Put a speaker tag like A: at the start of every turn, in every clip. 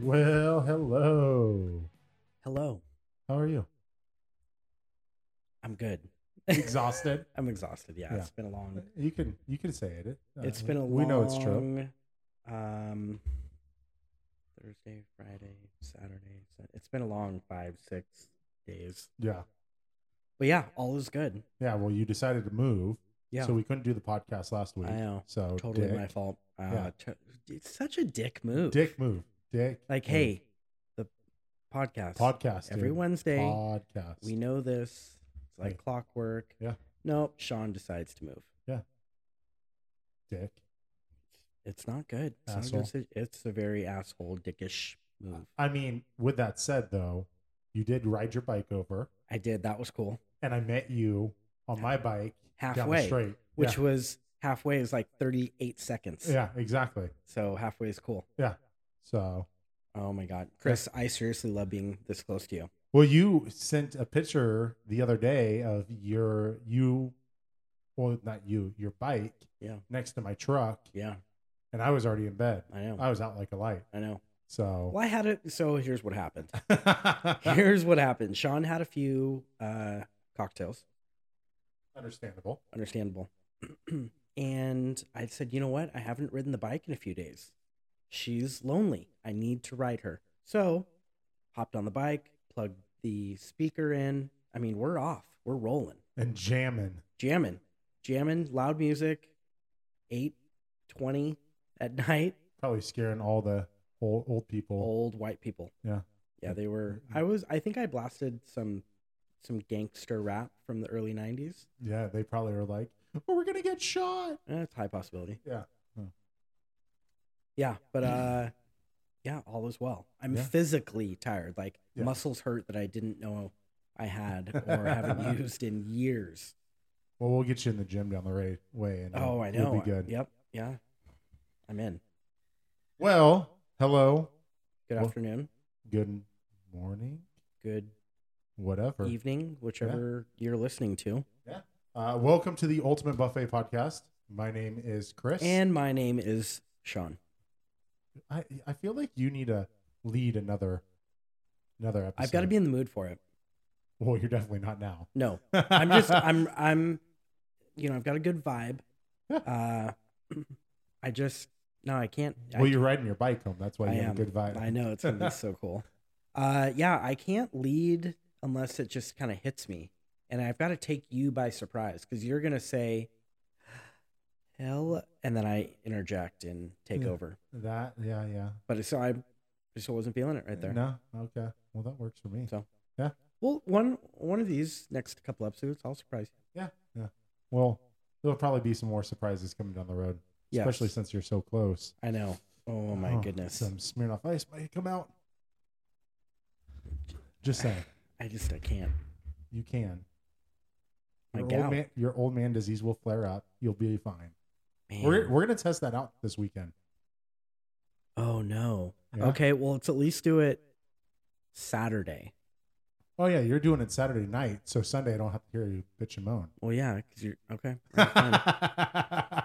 A: Well, hello.
B: Hello.
A: How are you?
B: I'm good.
A: Exhausted.
B: I'm exhausted. Yeah,
A: Yeah.
B: It's been a long.
A: you can you can say it. Uh,
B: It's been a long.
A: We know it's true.
B: Um, Thursday, Friday, Saturday. Sun- It's been a long five, six days.
A: Yeah.
B: But yeah, all is good.
A: Yeah. Well, you decided to move,
B: Yeah,
A: so we couldn't do the podcast last week.
B: I know.
A: So
B: totally
A: dick,
B: my fault. Uh,
A: Yeah.
B: to- it's such a dick move.
A: dick move. Dick.
B: Like,
A: move.
B: hey, the podcast
A: podcast. dude.
B: every Wednesday.
A: Podcast.
B: We know this. It's like
A: Hey.
B: clockwork.
A: Yeah.
B: Nope. Sean decides to move.
A: dick.
B: It's not good. It's, not a good
A: Asshole.
B: si- it's a very asshole dickish move.
A: I mean, with that said, though, you did ride your bike over,
B: I did. That was cool.
A: and I met you on my bike down the
B: Halfway,
A: street.
B: which
A: yeah.
B: was halfway is like 38 seconds.
A: yeah, exactly.
B: So halfway is cool.
A: So
B: Oh my God. Chris, I seriously love being this close to you.
A: Well, you sent a picture the other day of your you, well, not you, your bike,
B: Yeah.
A: next to my truck,
B: Yeah.
A: and I was already in bed.
B: I know.
A: I was out like a light.
B: I know.
A: So,
B: Well, I had it. So here's what happened. here's what happened. Sean had a few uh, cocktails,
A: understandable.
B: understandable. and I said, you know what? I haven't ridden the bike in a few days. She's lonely. I need to ride her. So hopped on the bike, plugged the speaker in. I mean, we're off. We're rolling.
A: And jamming.
B: jamming, jamming, loud music, eight twenty at night.
A: Probably scaring all the old, old people.
B: Old white people.
A: Yeah.
B: yeah, they were. I was. I think I blasted some some gangster rap from the early nineties.
A: Yeah, they probably are like, oh, we're going to get shot.
B: That's Eh, high possibility.
A: Yeah. Hmm.
B: Yeah, but uh, yeah, all is well. I'm
A: Yeah.
B: physically tired. Like
A: Yeah.
B: muscles hurt that I didn't know I had or haven't used in years.
A: Well, we'll get you in the gym down the ra- way. And
B: Oh, I
A: You'll
B: know.
A: be good.
B: Yep. Yeah. I'm in.
A: Well, hello.
B: Good
A: Well-
B: afternoon.
A: Good morning.
B: Good
A: Whatever.
B: evening, whichever you're listening to.
A: Uh, welcome to the Ultimate Buffet Podcast. My name is Chris,
B: And my name is Sean.
A: I I feel like you need to lead another another episode.
B: I've got to be in the mood for it.
A: Well, you're definitely not now.
B: No, I'm just, I'm, I'm, you know, I've got a good vibe.
A: Yeah.
B: Uh, I just, no, I can't.
A: well,
B: I,
A: you're riding your bike home. That's why
B: I
A: you have
B: am.
A: a good vibe.
B: I know it's gonna be so cool. Uh, yeah, I can't lead unless it just kind of hits me, and I've got to take you by surprise because you're gonna say, "Hell," and then I interject and take
A: Yeah.
B: over.
A: That yeah yeah.
B: But it's- so I just wasn't feeling it right there.
A: No okay. Well, that works for me.
B: So- Well, one one of these next couple episodes, I'll surprise you.
A: well, there'll probably be some more surprises coming down the road,
B: Yes.
A: especially since you're so close.
B: I know. Oh my goodness!
A: Some Smirnoff Ice might come out. Just saying,
B: I just I can't.
A: you can.
B: My
A: Your
B: gout.
A: old, man, your old man disease will flare up. You'll be fine. We're,
B: Man.
A: we're gonna test that out this weekend.
B: oh no.
A: Yeah.
B: Okay. Well, let's at least do it Saturday.
A: Oh yeah, you're doing it Saturday night, so Sunday I don't have to hear you bitch and moan.
B: Well, yeah, because you're okay. all right, fine.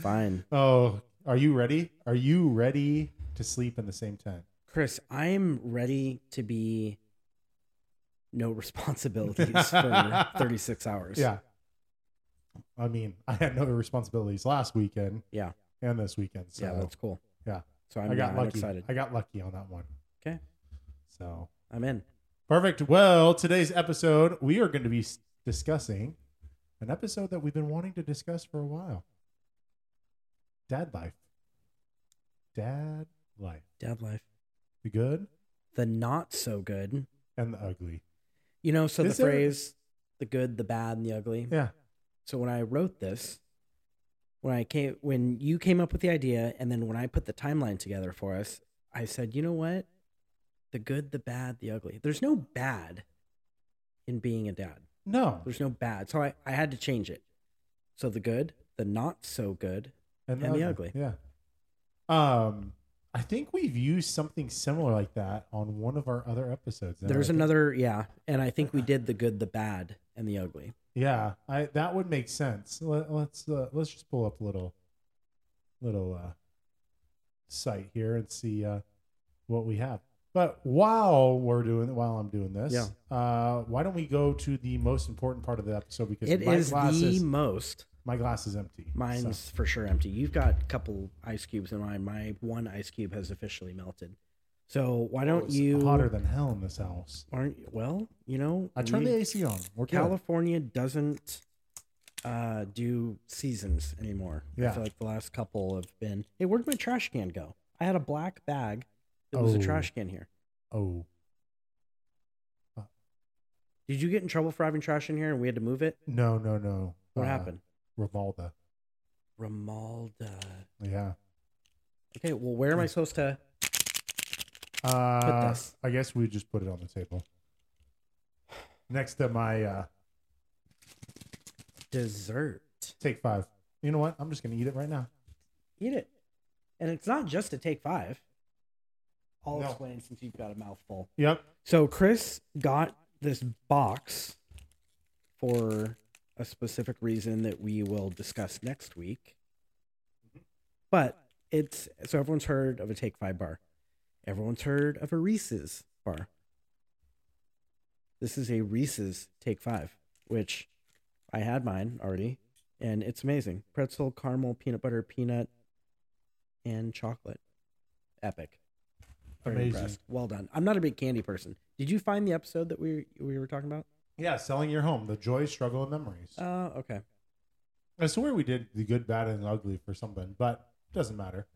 B: fine,
A: oh, are you ready? Are you ready to sleep in the same tent?
B: Chris. I am ready to be no responsibilities for 36 hours.
A: Yeah. I mean, I had no responsibilities last weekend.
B: Yeah.
A: And this weekend, so
B: yeah, that's cool.
A: Yeah.
B: So I'm,
A: I got
B: I'm
A: lucky.
B: excited.
A: I got lucky on that one.
B: Okay.
A: So
B: I'm in.
A: perfect. Well, today's episode we are going to be s- discussing an episode that we've been wanting to discuss for a while. Dad life. Dad life.
B: Dad life.
A: The good
B: The not so good.
A: and the ugly.
B: You know, so
A: Is
B: the
A: there-
B: phrase "the good, the bad, and the ugly."
A: Yeah.
B: So when I wrote this, when I came when you came up with the idea and then when I put the timeline together for us, I said, "You know what? The good, the bad, the ugly. There's no bad in being a dad.
A: No.
B: There's no bad." So I I had to change it. So the good, the not so good. and the
A: Yeah. Um, I think we've used something similar like that on one of our other episodes. now
B: There's
A: I think.
B: another, yeah, and I think we did the good, the bad, and the ugly.
A: Yeah, I that would make sense. Let, let's uh, let's just pull up a little little uh, site here and see uh, what we have. But while we're doing while I'm doing this,
B: Yeah.
A: uh, why don't we go to the most important part of the episode because
B: It
A: my
B: is
A: glass
B: the
A: is
B: most.
A: my glass is empty. so-
B: Mine's for sure empty. You've got a couple ice cubes in mine. My one ice cube has officially melted. So why don't
A: It's
B: you?
A: hotter than hell in this house?
B: Aren't well? You know,
A: I turned
B: we-
A: the AC on. We're good.
B: California doesn't uh, do seasons anymore. I
A: Yeah.
B: feel like the last couple have been. Hey, where'd my trash can go? I had a black bag. It was a
A: Oh.
B: trash can here.
A: Oh
B: Did you get in trouble for having trash in here and we had to move it?
A: no no no!
B: What
A: Uh,
B: happened?
A: Rimalda.
B: Romalda.
A: Yeah.
B: Okay, well, where am I supposed to?
A: Uh,
B: this.
A: I guess we just put it on the table next to my uh,
B: Dessert.
A: take five. You know what? I'm just gonna eat it right now.
B: Eat it. And it's not just a take five. I'll
A: No.
B: explain since you've got a mouthful.
A: Yep.
B: So Chris got this box for a specific reason that we will discuss next week. But it's so everyone's heard of a Take Five bar. Everyone's heard of a Reese's bar. This is a Reese's Take Five, which I had mine already, and it's amazing. Pretzel, caramel, peanut butter, peanut, and chocolate. Epic. Very
A: Amazing.
B: impressed. Well done. I'm not a big candy person. Did you find the episode that we we were talking about?
A: Yeah, selling your home, the joy, struggle, and memories.
B: Uh, okay.
A: I swear we did the good, bad, and ugly for something, but it doesn't matter.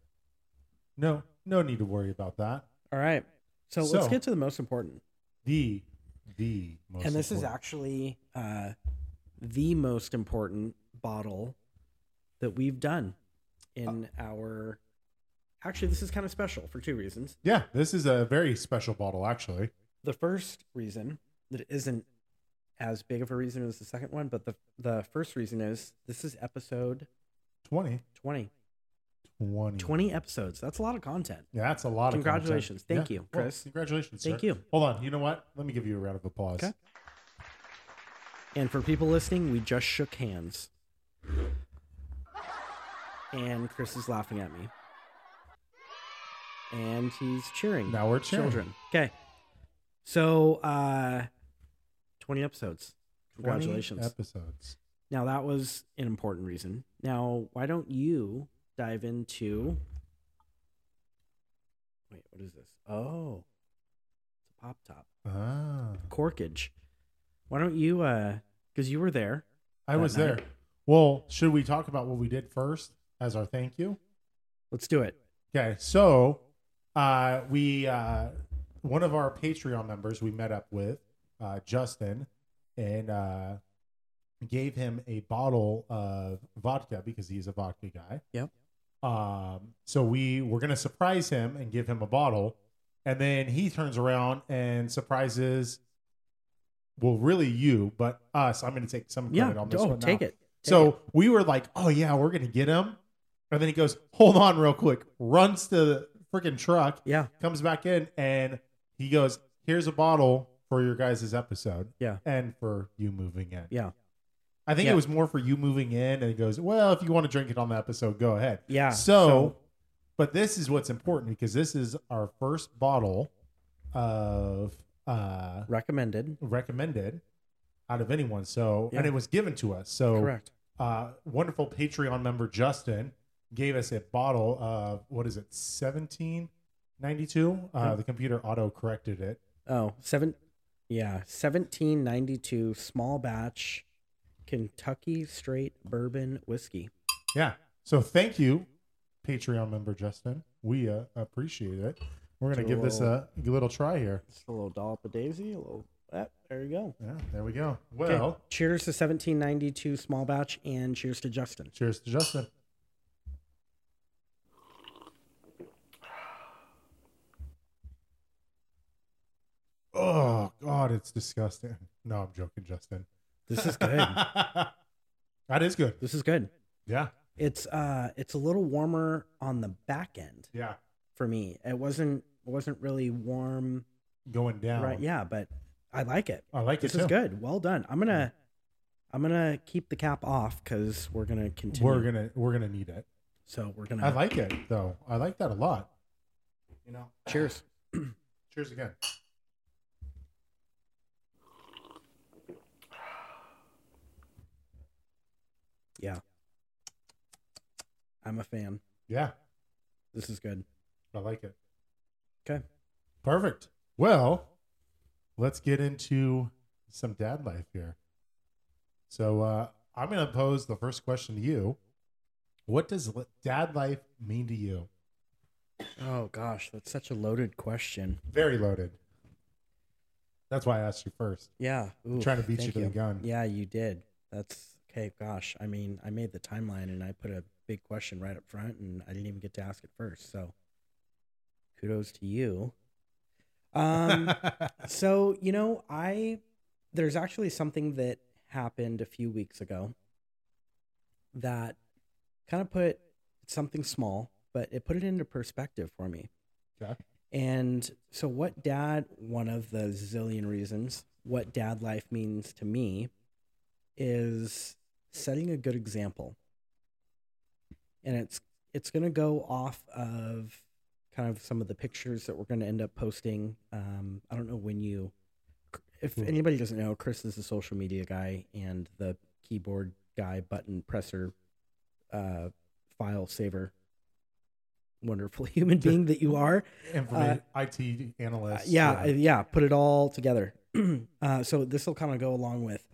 A: No, no need to worry about that.
B: All right. So, let's
A: So-
B: get to the most important.
A: The, the most.
B: and this is
A: important-
B: actually uh, the most important bottle that we've done in our. Actually, this is kind of special for two reasons.
A: Yeah, this is a very special bottle, actually.
B: The first reason that it isn't as big of a reason as the second one, but the the first reason is this is episode
A: 20.
B: 20.
A: 20.
B: 20 episodes. That's a lot of content.
A: Yeah, that's a lot
B: Congratulations.
A: of
B: Thank
A: content. Yeah.
B: you,
A: Well,
B: Chris.
A: congratulations.
B: Thank
A: sir.
B: you.
A: Hold on. You know what? Let me give you a round of applause.
B: Okay. And for people listening, we just shook hands. And Chris is laughing at me. And he's cheering.
A: Now we're cheering.
B: Children. Okay. So, uh 20 episodes.
A: 20
B: Congratulations.
A: Episodes.
B: now that was an important reason. Now, why don't you dive into Wait, what is this? Oh. It's a pop top.
A: Ah.
B: Corkage. Why don't you uh cuz you were there.
A: I
B: That
A: was
B: night.
A: there. Well, should we talk about what we did first as our thank you?
B: Let's do it.
A: Okay, so uh, we uh, one of our Patreon members we met up with uh, Justin and uh, gave him a bottle of vodka because he's a vodka guy.
B: Yep.
A: Um, so we were gonna surprise him and give him a bottle, and then he turns around and surprises. Well, really, you, but us. I'm gonna take some
B: Yeah.
A: credit on this one
B: Oh,
A: now.
B: take it. Take
A: So
B: it.
A: we were like, oh yeah, we're gonna get him. And then he goes, hold on, real quick, runs to the freaking truck,
B: yeah,
A: comes back in, and he goes, Here's a bottle for your guys' episode.
B: Yeah.
A: And for you moving in.
B: yeah,
A: I think
B: Yeah.
A: it was more for you moving in. And he goes, Well, if you want to drink it on the episode, go ahead.
B: yeah.
A: So, but this is what's important because this is our first bottle of uh
B: recommended.
A: recommended out of anyone. So
B: Yeah.
A: and it was given to us. So
B: Correct.
A: uh, wonderful Patreon member Justin gave us a bottle of what is it, seventeen ninety two? Uh,
B: Yep.
A: The computer auto corrected it.
B: Oh, seven. Yeah, seventeen ninety two small batch Kentucky straight bourbon whiskey.
A: Yeah. So thank you, Patreon member Justin. We uh, appreciate it. We're gonna
B: Do a
A: give this a, a little try here.
B: Just a little dollop of Daisy. A little. ah, there you go.
A: Yeah, there we go.
B: Okay,
A: Well,
B: cheers to seventeen ninety two small batch, and cheers to Justin.
A: cheers to Justin. Oh God, it's disgusting. No, I'm joking, Justin.
B: This is good.
A: that is good.
B: this is good.
A: Yeah.
B: It's uh, it's a little warmer on the back end
A: Yeah.
B: for me. It wasn't it wasn't really warm,
A: Going down.
B: right? Yeah, but I like it.
A: I like
B: This
A: it
B: is
A: too.
B: good. Well done. I'm gonna, I'm gonna keep the cap off because we're gonna continue.
A: We're gonna we're gonna need it.
B: so we're gonna.
A: I like it though. I like that a lot. You know.
B: cheers.
A: Cheers again.
B: I'm a fan.
A: Yeah,
B: This is good.
A: I like it.
B: Okay.
A: Perfect. Well, let's get into some dad life here. So uh, I'm going to pose the first question to you. What does li- dad life mean to you?
B: Oh gosh, that's such a loaded question.
A: Very loaded. That's why I asked you first.
B: Yeah. oof,
A: trying to beat you
B: thank
A: to the gun.
B: Yeah, you did. That's okay. Gosh, I mean, I made the timeline and I put a big question right up front, and I didn't even get to ask it first. So, kudos to you. Um, so you know, I there's actually something that happened a few weeks ago that kind of put it's something small, but it put it into perspective for me.
A: Okay.
B: And so, what dad, one of the zillion reasons, what dad life means to me is setting a good example. And it's it's going to go off of kind of some of the pictures that we're going to end up posting. Um, I don't know when you, if
A: Hmm.
B: anybody doesn't know, Chris is the social media guy and the keyboard guy, button presser, uh, file saver, wonderful human being that you are.
A: Informa- IT
B: Uh,
A: analyst.
B: yeah, uh, yeah, put it all together. uh, so this will kind of go along with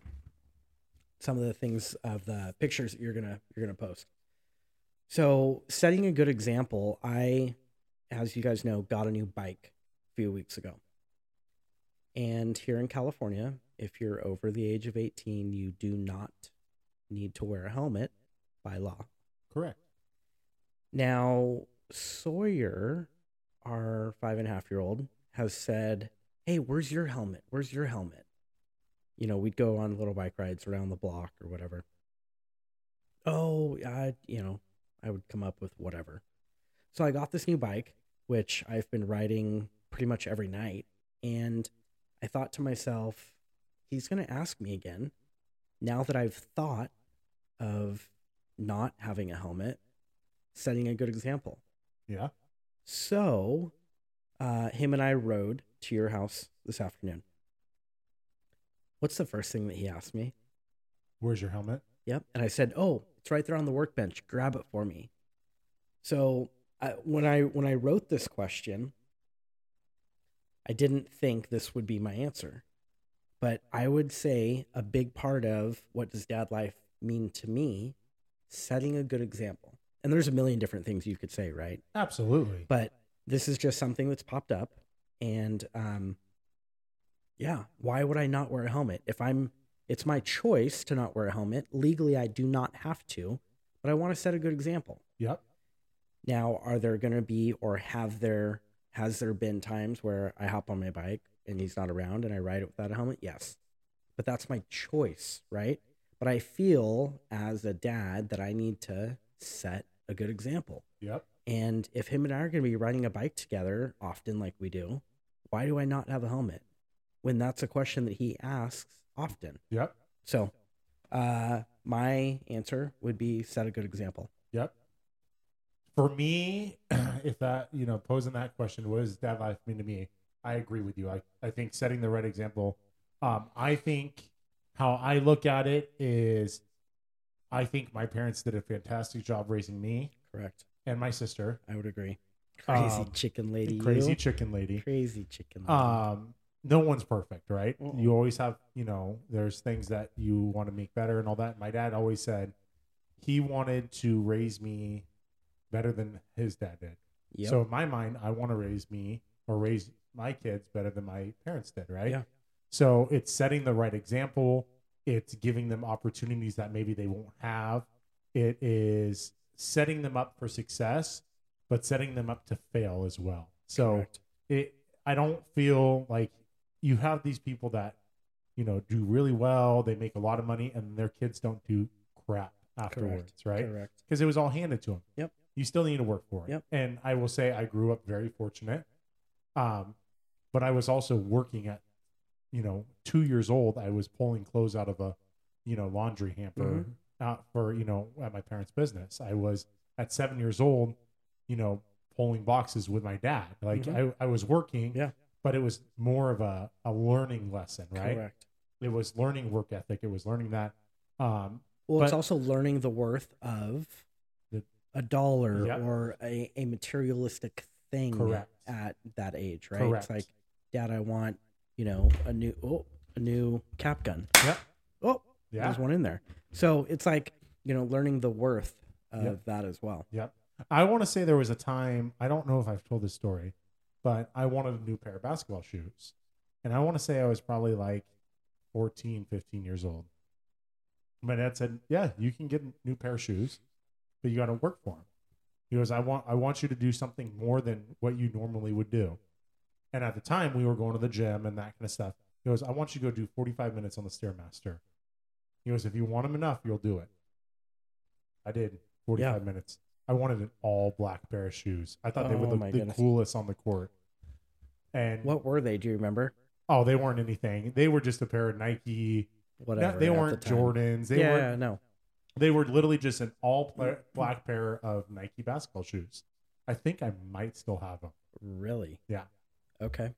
B: some of the things of the pictures that you're gonna you're gonna post. So setting a good example, I, as you guys know, got a new bike a few weeks ago. And here in California, if you're over the age of 18, you do not need to wear a helmet by law.
A: Correct.
B: Now, Sawyer, our five and a half year old, has said, Hey, where's your helmet? Where's your helmet? You know, we'd go on little bike rides around the block or whatever. Oh, I, you know, I would come up with whatever. So I got this new bike, which I've been riding pretty much every night. And I thought to myself, he's going to ask me again. Now that I've thought of not having a helmet, setting a good example.
A: Yeah.
B: So, uh, him and I rode to your house this afternoon. What's the first thing that he asked me?
A: Where's your helmet?
B: Yep. And I said, "Oh, it's right there on the workbench. Grab it for me." So I, when I when I wrote this question, I didn't think this would be my answer, but I would say a big part of what does dad life mean to me, setting a good example. And there's a million different things you could say, right?
A: Absolutely.
B: but this is just something that's popped up and um yeah why would i not wear a helmet if i'm it's my choice to not wear a helmet legally i do not have to but i want to set a good example
A: Yep.
B: now are there going to be or have there has there been times where i hop on my bike and he's not around and i ride it without a helmet yes but that's my choice right but i feel as a dad that i need to set a good example
A: Yep.
B: and if him and I are going to be riding a bike together often, like we do, why do I not have a helmet? When that's a question that he asks often.
A: Yep.
B: So, uh, my answer would be set a good example.
A: Yep. For me, if that, you know, posing that question, what does dad life mean to me? I agree with you. I, I think setting the right example. Um, I think how I look at it is I think my parents did a fantastic job raising me
B: Correct.
A: and my sister,
B: I would agree. Crazy
A: Um,
B: chicken lady.
A: crazy
B: you.
A: chicken lady.
B: crazy chicken lady.
A: Um, no one's perfect, right?
B: Mm-mm.
A: You always have, you know, there's things that you want to make better and all that. My dad always said he wanted to raise me better than his dad did.
B: Yep.
A: So in my mind, I want to raise me or raise my kids better than my parents did, right?
B: Yeah.
A: So it's setting the right example. It's giving them opportunities that maybe they won't have. It is setting them up for success, but setting them up to fail as well. So
B: Correct.
A: it, I don't feel like you have these people that, you know, do really well. They make a lot of money and their kids don't do crap afterwards, right?
B: Correct.
A: because it was all handed to him.
B: Yep.
A: You still need to work for it.
B: Yep.
A: And I will say I grew up very fortunate. Um, but I was also working at, you know, two years old. I was pulling clothes out of a, you know, laundry hamper
B: Mhm.
A: out for, you know, at my parents' business. I was at seven years old, you know, pulling boxes with my dad. Like
B: Mhm.
A: I, I was working,
B: Yeah.
A: but it was more of a, a learning lesson, right?
B: Correct.
A: It was learning work ethic. It was learning that. Um,
B: Well, it's
A: But-
B: also learning the worth of
A: The-
B: a dollar
A: Yep.
B: or a, a materialistic thing
A: Correct.
B: at that age, right?
A: Correct.
B: It's like, Dad, I want, you know, a new oh, a new cap gun.
A: Yep.
B: Oh,
A: yeah.
B: there's one in there. So it's like, you know, learning the worth of
A: Yep.
B: that as well.
A: Yep. I want to say there was a time, I don't know if I've told this story, but I wanted a new pair of basketball shoes. And I want to say I was probably like 14, 15 years old. My dad said, Yeah, you can get a new pair of shoes, but you got to work for them. He goes, I want, I want you to do something more than what you normally would do. And at the time, we were going to the gym and that kind of stuff. He goes, I want you to go do 45 minutes on the Stairmaster. He goes, If you want them enough, you'll do it. I did 45 minutes. I wanted an all black pair of shoes. I thought they would
B: Oh,
A: look
B: my
A: the
B: goodness.
A: coolest on the court. And
B: What were they? Do you remember?
A: oh, they weren't anything. They were just a pair of Nike. no,
B: Whatever.
A: they
B: at the
A: weren't
B: time.
A: Jordans. They
B: yeah,
A: weren't
B: no.
A: they were literally just an all pla- black pair of Nike basketball shoes. I think I might still have them.
B: Really?
A: Yeah.
B: Okay.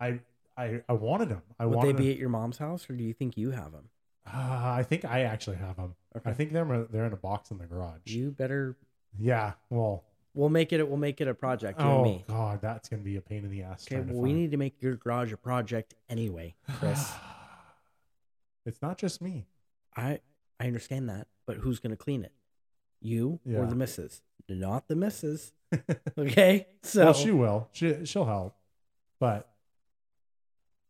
A: I I, I wanted them. I
B: Would they
A: wanted.
B: be
A: Them.
B: at your mom's house or do you think you have them?
A: Ah, I think I actually have them.
B: Okay.
A: I think they're they're in a box in the garage.
B: you better
A: yeah. Well.
B: we'll make it we'll make it a project, you and
A: oh
B: me.
A: God, that's gonna be a pain in the ass.
B: Okay,
A: trying to
B: well, we
A: find.
B: need to make your garage a project anyway, Chris.
A: it's not just me.
B: I I understand that, but who's going to clean it? You or
A: Yeah.
B: the missus? Not the missus. Okay, so
A: Well, she will. She she'll help, but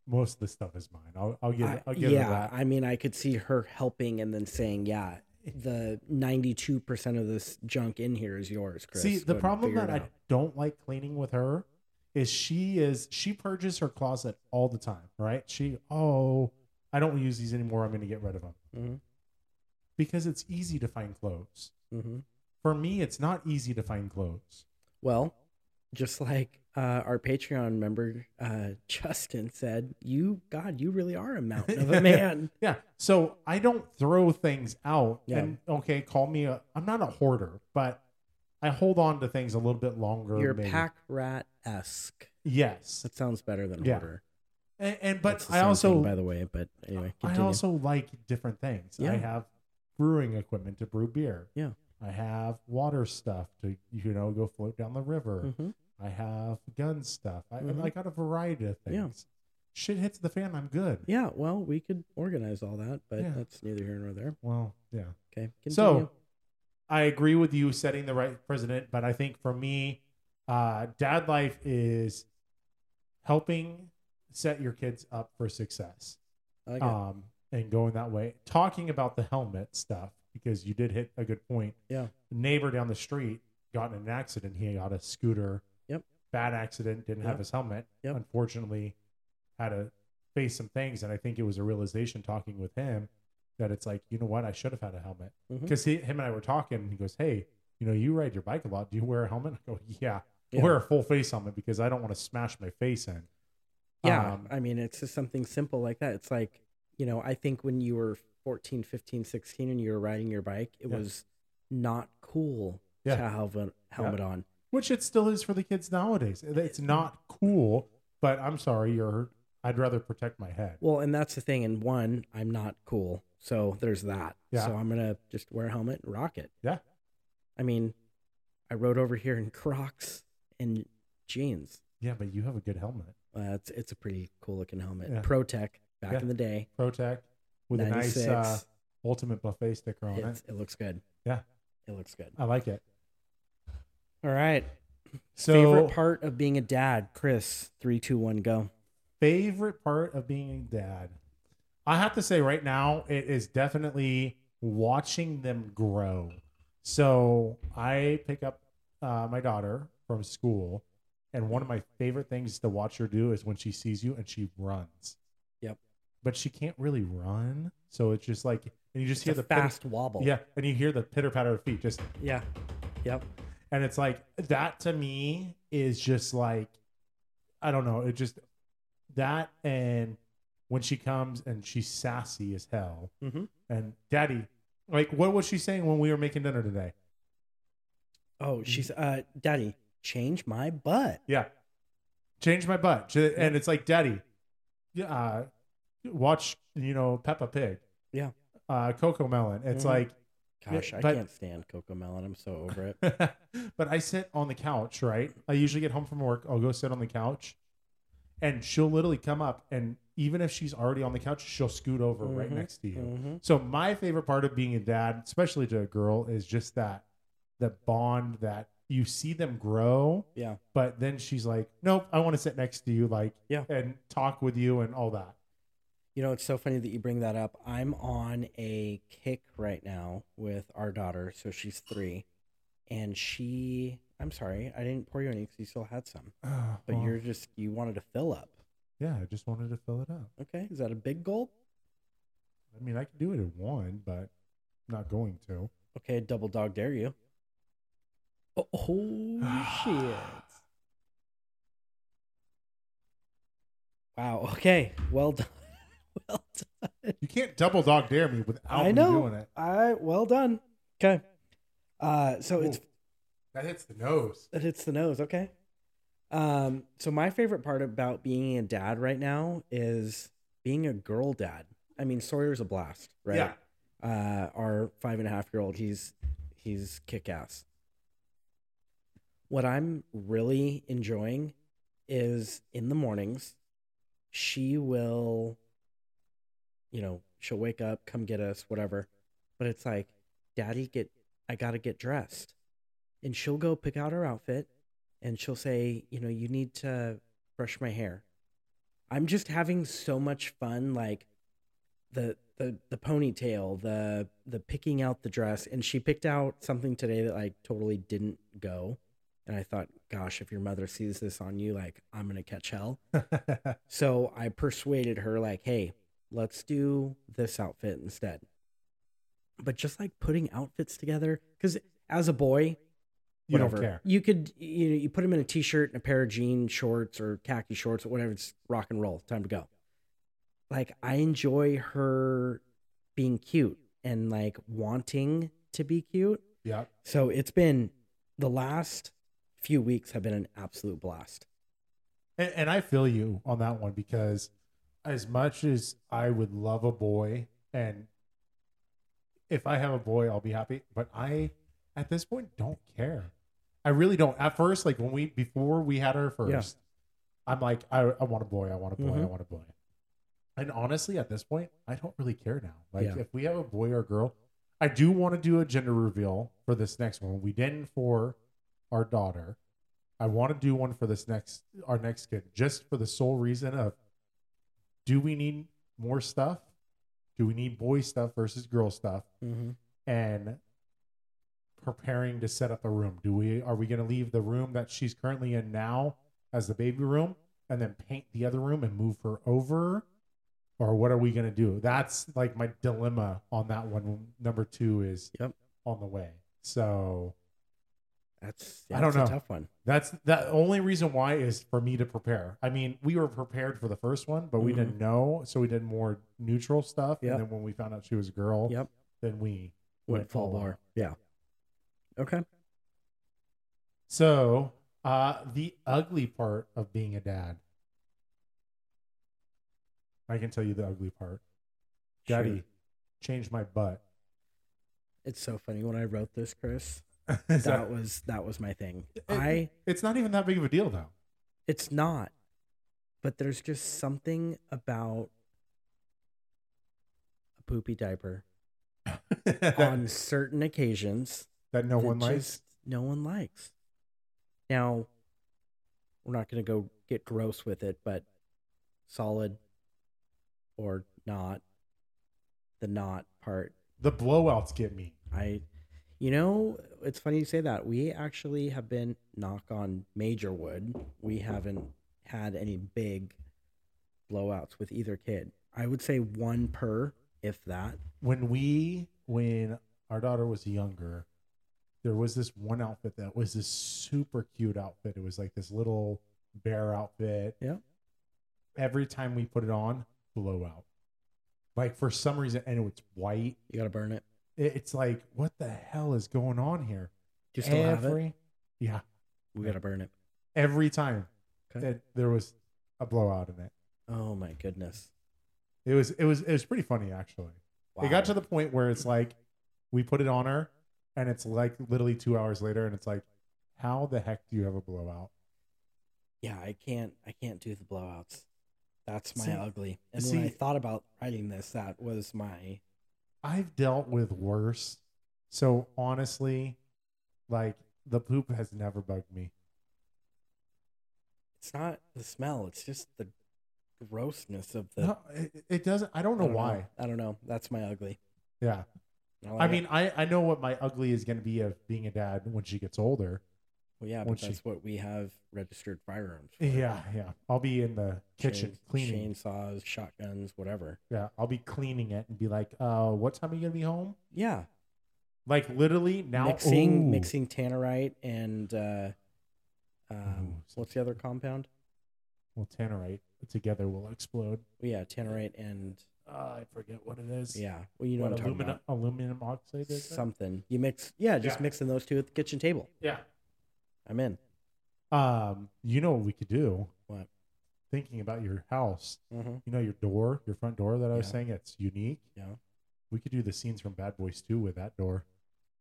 A: most of the stuff is mine. I'll I'll give
B: I-
A: I'll give
B: yeah,
A: her that.
B: I mean, I could see her helping and then saying, "Yeah, the ninety-two percent of this junk in here is yours, Chris."
A: See, the
B: Go
A: problem
B: figure it
A: that I
B: out."
A: don't like cleaning with her is she is she purges her closet all the time, right? She oh, I don't use these anymore. I'm going to get rid of them
B: Mhm,
A: because it's easy to find clothes.
B: mhm.
A: For me, it's not easy to find clothes.
B: Well, just like uh, our Patreon member uh, Justin said, "You, God, you really are a mountain of a man."
A: Yeah, so I don't throw things out.
B: Yeah.
A: And okay, call me a. I'm not a hoarder, but I hold on to things a little bit longer.
B: You're
A: maybe.
B: pack rat esque.
A: Yes,
B: That sounds better than
A: Yeah.
B: hoarder.
A: and, and but
B: That's the
A: I
B: same
A: also
B: thing, by the way, but anyway, continue.
A: I also like different things.
B: Yeah.
A: I have brewing equipment to brew beer.
B: Yeah.
A: I have water stuff to you know go float down the river.
B: Mhm.
A: I have gun stuff. I,
B: Mhm.
A: I got a variety of things.
B: Yeah.
A: Shit hits the fan. I'm good.
B: Yeah, well, we could organize all that, but
A: Yeah.
B: that's neither here nor there.
A: Well, yeah.
B: Okay, continue.
A: So, I agree with you setting the right precedent, but I think for me, uh, dad life is helping set your kids up for success.
B: I like it.
A: um, and going that way. Talking about the helmet stuff because you did hit a good point.
B: Yeah.
A: neighbor down the street got in an accident. He got a scooter.
B: Yep.
A: Bad accident. Didn't
B: Yep.
A: have his helmet.
B: Yep.
A: Unfortunately, had to face some things, and I think it was a realization talking with him that it's like, you know what, I should have had a helmet
B: Mhm.
A: because him and I were talking. And he goes, hey. You know, you ride your bike a lot. Do you wear a helmet? I go, yeah. I
B: yeah,
A: wear a full face helmet because I don't want to smash my face in.
B: Yeah,
A: um,
B: I mean, it's just something simple like that. It's like, you know, I think when you were 14, 15, 16 and you were riding your bike, it
A: Yeah.
B: was not cool
A: Yeah.
B: to have a helmet on.
A: which it still is for the kids nowadays. It's not cool, but I'm sorry, you're. I'd rather protect my head.
B: Well, and that's the thing. And one, I'm not cool. So there's that.
A: Yeah.
B: So I'm going to just wear a helmet and rock it.
A: Yeah.
B: I mean, I rode over here in Crocs and jeans.
A: Yeah, but you have a good helmet.
B: Uh, it's, it's a pretty cool looking helmet.
A: Yeah.
B: Pro Tech back
A: Yeah.
B: in the day.
A: Protect with a
B: 96.
A: nice uh, Ultimate Buffet sticker on it.
B: It's- it looks good.
A: Yeah.
B: It looks good.
A: I like it.
B: All right.
A: So
B: Favorite part of being a dad, Chris. Three, two, one, go.
A: favorite part of being a dad i have to say right now it is definitely watching them grow so i pick up uh, my daughter from school and one of my favorite things to watch her do is when she sees you and she runs
B: Yep.
A: but she can't really run so it's just like and you just
B: It's
A: hear
B: a
A: the pitter-
B: fast wobble.
A: yeah and you hear the pitter patter of feet just
B: Yeah. Yep.
A: and it's like that to me is just like I don't know, it just that and when she comes and she's sassy as hell.
B: Mhm.
A: And daddy, like what was she saying when we were making dinner today?
B: Oh, she's, uh, Daddy, change my butt.
A: Yeah. Change my butt. Ch- And it's like, Daddy, yeah, uh, watch, you know, Peppa Pig.
B: Yeah.
A: Uh, Coco Melon. It's
B: Mhm.
A: like,
B: Gosh, I
A: but-
B: can't stand Coco Melon. I'm so over it.
A: but I sit on the couch, right? I usually get home from work. I'll go sit on the couch, and she'll literally come up, and even if she's already on the couch, she'll scoot over right
B: Mhm,
A: next to you.
B: Mhm.
A: So my favorite part of being a dad, especially to a girl, is just that the bond that you see them grow.
B: Yeah.
A: But then she's like, "Nope, I want to sit next to you, like,
B: Yeah.
A: and talk with you and all that."
B: You know, it's so funny that you bring that up. I'm on a kick right now with our daughter. So she's three. And she, I'm sorry, I didn't pour you any because you still had some. But
A: Well,
B: you're just, you wanted to fill up.
A: yeah, I just wanted to fill it up.
B: Okay. Is that a big gulp?
A: I mean, I could do it in one, but not going to.
B: Okay. Double dog dare you. Oh, holy shit. Wow. Okay. Well done. well done.
A: You can't double dog dare me without
B: I
A: me
B: know.
A: doing it.
B: I well done. Okay. Uh, so it's
A: Ooh, that hits the nose.
B: it hits the nose. Okay. Um, so my favorite part about being a dad right now is being a girl dad. I mean, Sawyer's a blast, right?
A: Yeah.
B: Uh, our five and a half year old, he's he's kick ass. What I'm really enjoying is in the mornings, she will, you know, she'll wake up, come get us, whatever. But it's like, Daddy, get, I gotta get dressed, and she'll go pick out her outfit, and she'll say, you know, you need to brush my hair. I'm just having so much fun, like the the the ponytail, the the picking out the dress, and she picked out something today that like totally didn't go. And I thought, gosh, if your mother sees this on you, like I'm gonna catch hell. So I persuaded her, like, hey, let's do this outfit instead. But just like putting outfits together, because as a boy,
A: you
B: whatever,
A: don't care.
B: you could, you know, you put them in a t shirt and a pair of jean shorts or khaki shorts or whatever. It's rock and roll, time to go. Like, I enjoy her being cute and like wanting to be cute.
A: Yep.
B: So it's been the last few weeks have been an absolute blast.
A: And, and I feel you on that one because as much as I would love a boy, and if I have a boy, I'll be happy. But I, at this point, don't care. I really don't. At first, like when we, before we had her first, I'm like, I, I want a boy. I want a boy. I
B: Mhm.
A: want a boy. And honestly, at this point, I don't really care now. Like
B: Yeah.
A: if we have a boy or a girl, I do want to do a gender reveal for this next one. We didn't for our daughter. I want to do one for this next our next kid, just for the sole reason of do we need more stuff? Do we need boy stuff versus girl stuff?
B: Mm-hmm.
A: And preparing to set up a room. Do we are we gonna leave the room that she's currently in now as the baby room and then paint the other room and move her over? Or what are we gonna do? That's like my dilemma on that one. Number two is
B: Yep.
A: on the way. So
B: That's,
A: I don't
B: that's
A: know.
B: a tough one.
A: that's the only reason why is for me to prepare. I mean, we were prepared for the first one, but we
B: Mhm.
A: didn't know, so we did more neutral stuff.
B: Yep.
A: And then when we found out she was a girl,
B: Yep.
A: then we
B: Went full
A: all out.
B: bar. Yeah. Okay.
A: So uh, the ugly part of being a dad, I can tell you the ugly part.
B: Sure.
A: Daddy, change my butt.
B: It's so funny when I wrote this, Chris.
A: Is
B: That
A: that-
B: was that was my thing.
A: It-
B: I
A: it's not even that big of a deal though.
B: it's not. But there's just something about a poopy diaper
A: that,
B: on certain occasions
A: that no
B: that
A: one likes.
B: just no one likes. Now we're not going to go get gross with it, but solid or not the not part
A: The blowouts get me.
B: I, you know, it's funny you say that. We actually have been knock on major wood. We haven't had any big blowouts with either kid. I would say one per, if that.
A: when we when our daughter was younger there was this one outfit that was this super cute outfit it was like this little bear outfit
B: Yeah.
A: every time we put it on blowout like for some reason and it's white
B: You gotta burn it.
A: It- it's like what the hell is going on here
B: Do you still have it?
A: yeah
B: We gotta burn it.
A: every time
B: Okay.
A: that there was a blowout in it.
B: Oh my goodness.
A: It was it was it was pretty funny actually. It got to the point where it's like we put it on her, and it's like literally two hours later, and it's like, how the heck do you have a blowout?
B: yeah. I can't. I can't do the blowouts. That's my
A: See-
B: ugly. And when I
A: see-
B: thought about writing this, that was my
A: I've dealt with worse. So honestly, like the poop has never bugged me.
B: it's not the smell. It's just the grossness of the.
A: No, it, it doesn't. I don't know
B: don't
A: why.
B: I don't know. That's my ugly.
A: Yeah.
B: like
A: I
B: it.
A: mean, I, I know what my ugly is going to be of being a dad when she gets older.
B: well, yeah, but
A: once you-
B: that's what we have registered firearms. for.
A: Yeah, yeah. I'll be in the kitchen
B: Chain-
A: cleaning.
B: chainsaws, shotguns, whatever.
A: Yeah, I'll be cleaning it and be like, uh, what time are you going to be home?
B: Yeah,
A: Like literally now.
B: mixing
A: Ooh.
B: mixing tannerite and uh, um,
A: Ooh,
B: what's the other compound?
A: Well, tannerite together will explode.
B: Well, yeah, tannerite and
A: Uh, I forget what it is.
B: yeah. Well, you know
A: What,
B: what, I'm talking
A: aluminum, aluminum oxide
B: about.
A: is it?
B: Something you mix. Yeah, just
A: Yeah.
B: mixing those two at the kitchen table.
A: Yeah.
B: I'm in.
A: Um, you know what we could do?
B: What?
A: Thinking about your house,
B: hmm
A: you know your door, your front door that I was
B: Yeah.
A: saying it's unique.
B: Yeah.
A: We could do the scenes from Bad Boys 2 with that door.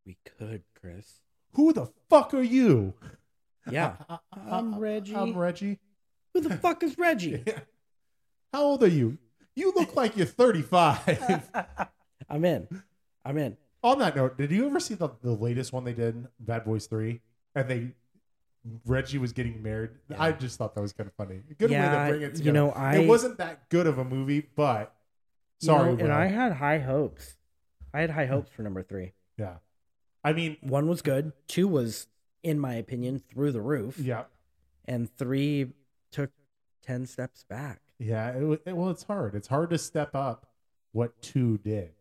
B: We could, Chris.
A: Who the fuck are you?
B: Yeah.
A: I,
B: I'm Reggie.
A: I'm Reggie.
B: Who the fuck is Reggie?
A: How old are you? You look like you're 35.
B: I'm in. I'm in.
A: On that note, did you ever see the, the latest one they did, Bad Boys 3? And they Reggie was getting married.
B: Yeah.
A: I just thought that was kind of funny. Good way
B: Yeah,
A: to bring it together.
B: You know, I
A: it wasn't that good of a movie, but
B: you know,
A: sorry,
B: and
A: Will.
B: I had high hopes. I had high hopes for number three.
A: yeah. I mean,
B: One was good. Two was, in my opinion, through the roof.
A: yeah,
B: And three took ten steps back.
A: yeah. It, wa- it, well, it's hard. It's hard to step up what two did.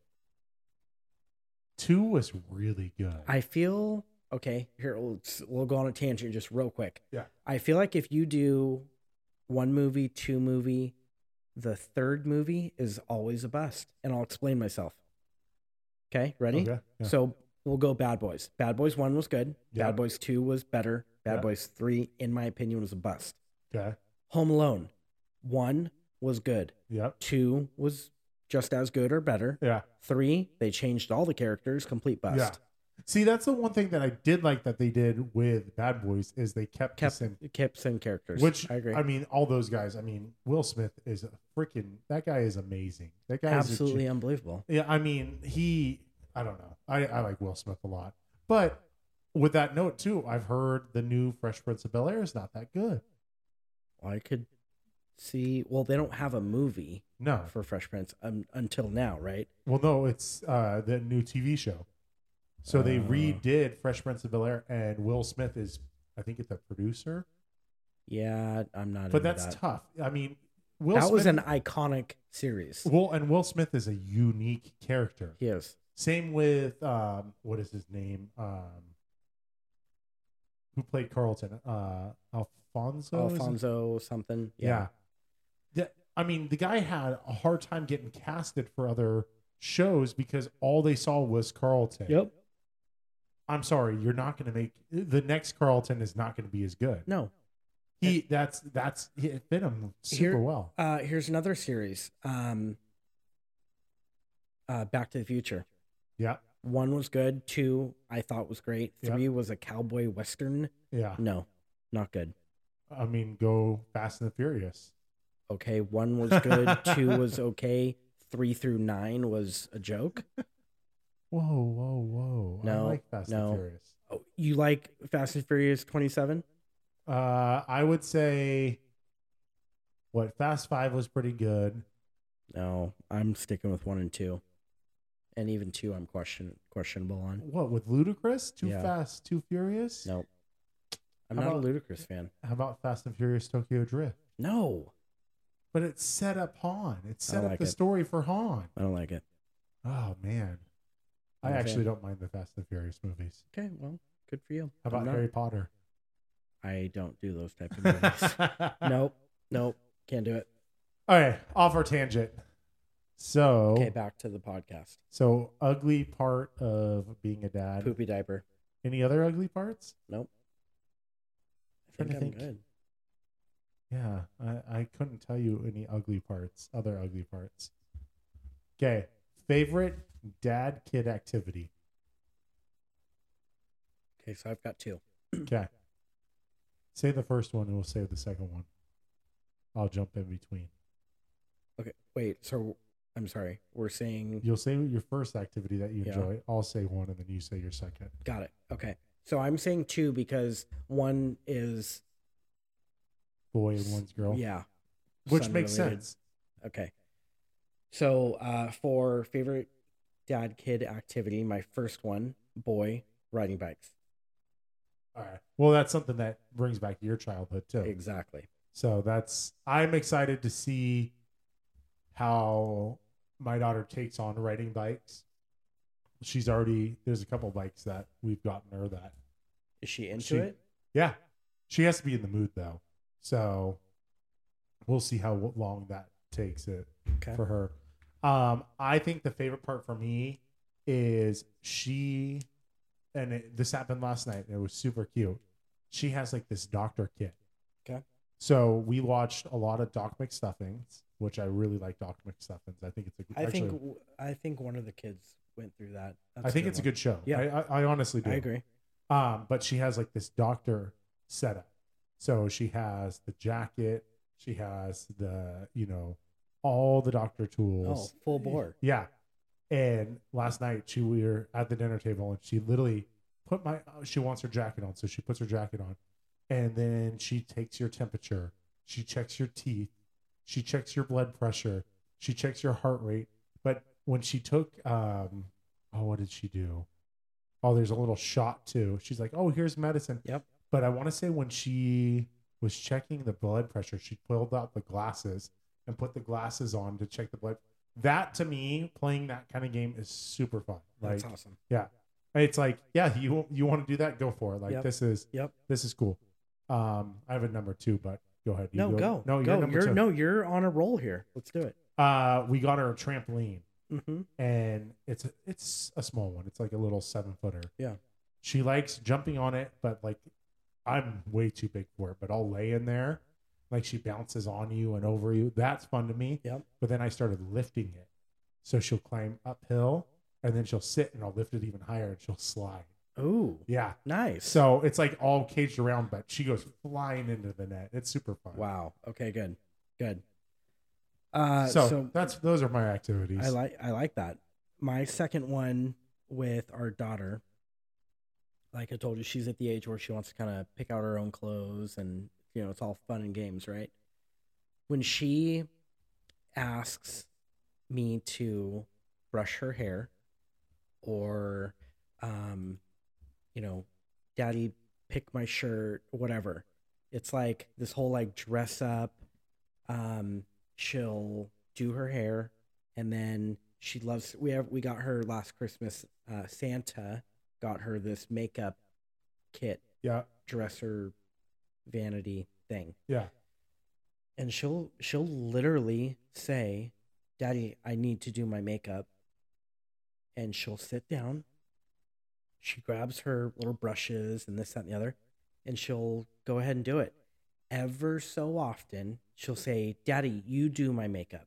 A: Two was really good.
B: I feel okay. Here we'll, we'll go on a tangent just real quick.
A: Yeah.
B: I feel like if you do one movie, two movie, the third movie is always a bust, and I'll explain myself. Okay, ready?
A: Okay, yeah.
B: So we'll go Bad Boys. Bad Boys one was good.
A: Yeah.
B: Bad Boys two was better. Bad
A: Yeah.
B: Boys three, in my opinion, was a bust.
A: okay.
B: Home Alone one was good.
A: Yep.
B: Two was just as good or better.
A: Yeah.
B: Three, they changed all the characters, complete bust.
A: Yeah. See, that's the one thing that I did like that they did with Bad Boys is they kept,
B: kept
A: the same.
B: kept same characters.
A: Which
B: I agree.
A: I mean, all those guys. I mean, Will Smith is a freaking. That guy is amazing. That guy
B: Absolutely
A: Is a,
B: unbelievable.
A: gen- yeah, I mean, he. I don't know. I I like Will Smith a lot, but with that note too, I've heard the new Fresh Prince of Bel Air is not that good.
B: I could see. Well, they don't have a movie
A: No.
B: for Fresh Prince um, until now, right?
A: Well, no, it's uh the new TV show. So they
B: Uh.
A: redid Fresh Prince of Bel Air, and Will Smith is, I think, it's a producer.
B: Yeah, I'm not.
A: But
B: into
A: that's
B: that.
A: tough. I mean, Will
B: that
A: Smith,
B: was an iconic series.
A: Will and Will Smith is a unique character.
B: He is.
A: Same with um, what is his name? Um, who played Carlton? Uh, Alfonso. is it?
B: Alfonso something.
A: Yeah. The- I mean, the guy had a hard time getting casted for other shows because all they saw was Carlton.
B: Yep.
A: I'm sorry, you're not going to make the next Carlton is not going to be as good.
B: No.
A: He that's that's it fit him super
B: Here-
A: well.
B: Uh, here's another series. Um, uh, Back to the Future.
A: Yeah.
B: One was good. Two I thought was great.
A: Yeah.
B: Three was a cowboy western.
A: Yeah.
B: No, not good.
A: I mean, go Fast and the Furious.
B: okay. One was good, two was okay, three through nine was a joke.
A: Whoa, whoa, whoa!
B: No,
A: I like Fast
B: no.
A: and Furious.
B: Oh, you like Fast and Furious 27?
A: Uh, I would say what Fast Five was pretty good.
B: No, I'm sticking with one and two. And even two, I'm question questionable on.
A: What with Ludacris? Too
B: Yeah.
A: Fast, Too Furious.
B: No, I'm
A: How
B: not
A: about-
B: a Ludacris fan.
A: How about Fast and Furious Tokyo Drift?
B: No,
A: But it set up Han. It set up
B: like
A: the
B: it.
A: story for Han.
B: I don't like it.
A: Oh man, I
B: I'm a
A: actually
B: fan.
A: don't mind the Fast and Furious movies.
B: Okay, well, good for you.
A: How
B: I'm
A: about
B: not-
A: Harry Potter?
B: I don't do those type of movies. nope, nope, can't do it.
A: All right, off our tangent. So,
B: Okay, back to the podcast.
A: so ugly part of being a dad.
B: Poopy diaper.
A: Any other ugly parts?
B: Nope. I
A: trying
B: think
A: to
B: I'm
A: think.
B: good.
A: Yeah, I, I couldn't tell you any ugly parts, other ugly parts. Okay, favorite dad kid activity.
B: Okay, so I've got two.
A: Okay, say the first one and we'll say the second one. I'll jump in between.
B: Okay, wait. So I'm sorry. We're saying
A: You'll say your first activity that you
B: Yeah.
A: enjoy. I'll say one and then you say your second.
B: Got it. Okay. So I'm saying two because one is
A: Boy and one's girl.
B: yeah,
A: Which
B: son
A: makes
B: related.
A: sense.
B: Okay. So uh, for favorite dad kid activity, my first one, boy riding bikes.
A: All right. Well, that's something that brings back your childhood too.
B: Exactly.
A: So that's I'm excited to see how my daughter takes on riding bikes. She's already there's a couple bikes that we've gotten her that
B: Is she into
A: She-
B: it?
A: yeah she has to be in the mood though so we'll see how long that takes it
B: Okay.
A: for her. Um, I think the favorite part for me is she, and it, this happened last night. And it was super cute. She has like this doctor kit.
B: Okay.
A: So we watched a lot of Doc McStuffins, which I really like. Doc McStuffins. I think it's a.
B: I
A: actually,
B: think w- I think one of the kids went through that. That's
A: I think it's
B: one.
A: a good show.
B: Yeah.
A: I, I, I honestly do.
B: I agree.
A: Um, but she has like this doctor setup. So she has the jacket. She has the you know all the doctor
B: Oh,
A: tools.
B: full bore.
A: Yeah. And last night she we were at the dinner table and she literally put my she wants her jacket on, so she puts her jacket on. And then she takes your temperature, she checks your teeth, she checks your blood pressure, she checks your heart rate. But when she took um oh what did she do? Oh, there's a little shot too. She's like, Oh, here's medicine.
B: Yep.
A: But I want to say when she was checking the blood pressure, she pulled out the glasses and put the glasses on to check the blood. That to me, playing that kind of game is super fun. Like
B: That's awesome.
A: it's like, yeah, you you want to do that, go for it. Like
B: Yep.
A: this is
B: Yep.
A: this is cool. Um, I have a number two, but go ahead. You
B: No, go.
A: No,
B: go.
A: you're number two.
B: no, you're on a roll here. Let's do it.
A: Uh, we got her a trampoline,
B: Mm-hmm.
A: and it's a, it's a small one. It's like a little seven footer.
B: Yeah.
A: She likes jumping on it, but like I'm way too big for it. But I'll lay in there, like she bounces on you and over you. That's fun to me.
B: Yep.
A: But then I started lifting it, so she'll climb uphill, and then she'll sit, and I'll lift it even higher, and she'll slide.
B: Ooh,
A: Yeah.
B: nice.
A: So it's like all caged around, but she goes flying into the net. It's super fun.
B: Wow. Okay. Good. Good. Uh,
A: so,
B: so,
A: that's those are my activities.
B: I like I like that. My second one with our daughter. Like I told you, she's at the age where she wants to kind of pick out her own clothes, and you know it's all fun and games, right? When she asks me to brush her hair, or um, you know, daddy pick my shirt, whatever. It's like this whole like dress up. Um, she'll do her hair, and then she loves. We have we got her last Christmas. Uh, Santa got her this makeup kit
A: yeah,
B: dresser vanity thing.
A: Yeah.
B: And she'll she'll literally say, "Daddy, I need to do my makeup." And she'll sit down. She grabs her little brushes and this that and the other, and she'll go ahead and do it. Ever so often, she'll say, "Daddy, you do my makeup."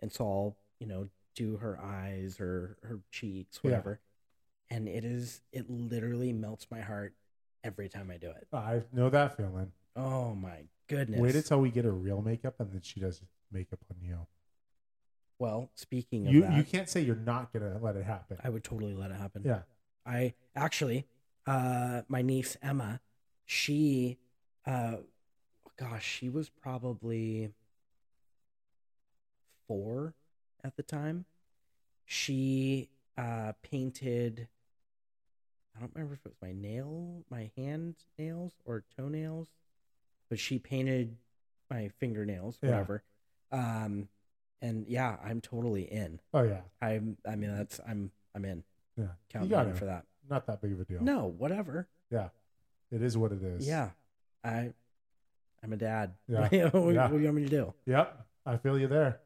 B: And so I'll, you know, do her eyes or her cheeks,
A: Yeah.
B: whatever. And it is it literally melts my heart every time I do it.
A: I know that feeling.
B: Oh my goodness.
A: Wait until we get her real makeup, and then she does makeup on you.
B: well, speaking of
A: You
B: that,
A: you can't say you're not gonna let it happen.
B: I would totally let it happen.
A: yeah,
B: I actually, uh, my niece Emma, she, uh, gosh, she was probably four at the time. She uh, painted. I don't remember if it was my nail, my hand nails or toenails, but she painted my fingernails,
A: Yeah.
B: whatever. Um, and yeah, I'm totally in.
A: oh yeah,
B: I'm. I mean, that's. I'm. I'm in.
A: yeah.
B: Count
A: you
B: me
A: got
B: in
A: it.
B: for that.
A: Not that big of a deal.
B: No, whatever.
A: it is what it is.
B: Yeah, I, I'm a dad.
A: Yeah.
B: what, do you-
A: Yeah.
B: what do you want me to do?
A: Yep, I feel you there.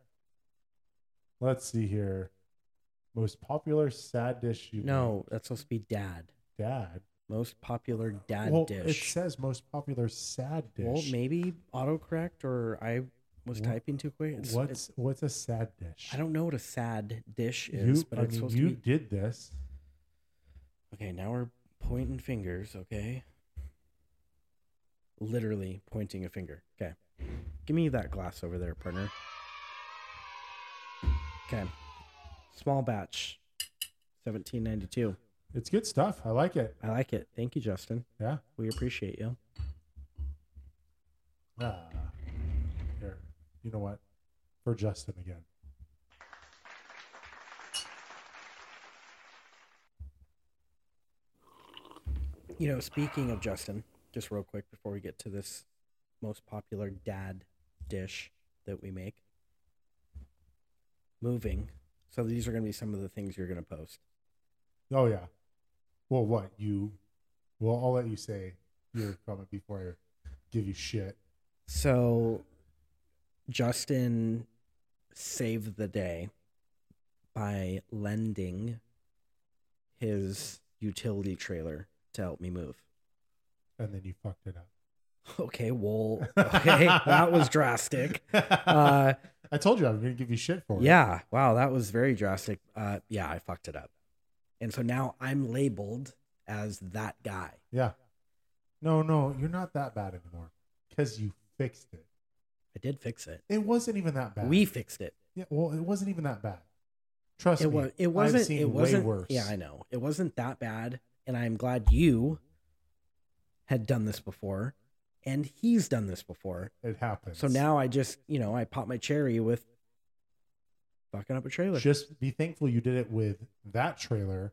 A: Let's see here. Most popular sad dish you
B: No, that's supposed to be dad.
A: make. dad.
B: Most popular dad
A: well, it
B: dish.
A: says most popular sad dish.
B: Well, maybe autocorrect or I was
A: What-
B: typing too quick. It's-
A: what's
B: it's-
A: what's a sad dish?
B: I don't know what a sad dish
A: You,
B: is, but
A: I
B: it's
A: mean,
B: supposed
A: you
B: to be.
A: did this.
B: Okay, now we're pointing fingers, okay? Literally pointing a finger. Okay. Give me that glass over there, partner. Okay. Small batch. 1792.
A: It's good stuff. I like it.
B: I like it. Thank you, Justin.
A: Yeah.
B: We appreciate you.
A: Ah. Here. You know what? For Justin again.
B: You know, speaking of Justin, just real quick before we get to this most popular dad dish that we make. Moving. So these are going to be some of the things you're going to post.
A: Oh yeah. Well, what you? Well, I'll let you say your comment before I give you shit.
B: So Justin saved the day by lending his utility trailer to help me move.
A: And then you fucked it up.
B: Okay, well, okay, that was drastic. Uh,
A: I told you I'm going to give you shit for it.
B: Yeah. Wow. That was very drastic. Uh, yeah, I fucked it up. And so now I'm labeled as that guy.
A: Yeah. No, no, you're not that bad anymore because you fixed it.
B: I did fix it.
A: It wasn't even that bad.
B: We fixed it.
A: yeah, well, it wasn't even that bad. Trust
B: It
A: me.
B: was. It wasn't.
A: I've seen
B: it wasn't.
A: way worse.
B: Yeah, I know. It wasn't that bad. And I'm glad you had done this before, and he's done this before.
A: it happens.
B: So now I just, you know, I pop my cherry with fucking up a trailer.
A: just be thankful you did it with that trailer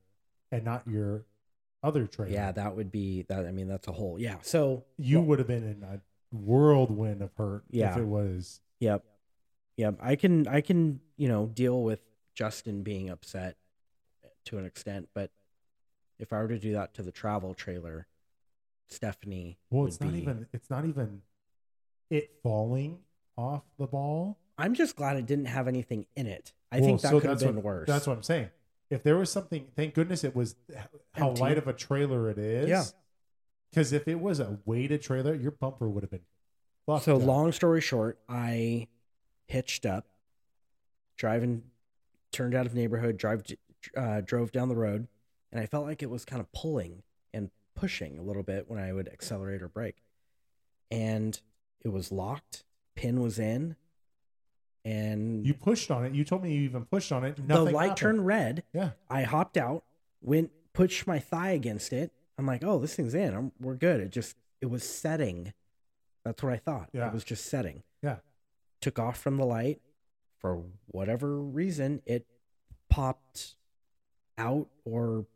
A: and not your other trailer.
B: yeah, that would be that. I mean, that's a whole. Yeah. So
A: you would have been in a whirlwind of hurt
B: Yeah.
A: if it was
B: Yep. Yep. I can I can, you know, deal with Justin being upset to an extent, but if I were to do that to the travel trailer, Stephanie
A: well
B: would
A: it's not
B: be-
A: even it's not even it falling off the ball
B: I'm just glad it didn't have anything in it. I
A: Well,
B: think that
A: so
B: could have
A: that's
B: been
A: what-
B: worse.
A: that's what i'm saying if there was something thank goodness it was h- how
B: Empty.
A: light of a trailer it is
B: Yeah.
A: because if it was a weighted trailer your bumper would have been fucked
B: so
A: up.
B: long story short, I hitched up, driving, turned out of neighborhood, drive, uh, drove down the road, and I felt like it was kind of pulling and pushing a little bit when I would accelerate or brake, and it was locked, pin was in, and
A: you pushed on it you told me you even pushed on it
B: the
A: Nothing
B: light
A: happened.
B: turned red.
A: yeah
B: I hopped out, went pushed my thigh against it. I'm like, oh, this thing's in. I'm, we're good. It just it was setting. That's what I thought.
A: Yeah.
B: It was just setting.
A: Yeah.
B: Took off from the light for whatever reason. It popped out, or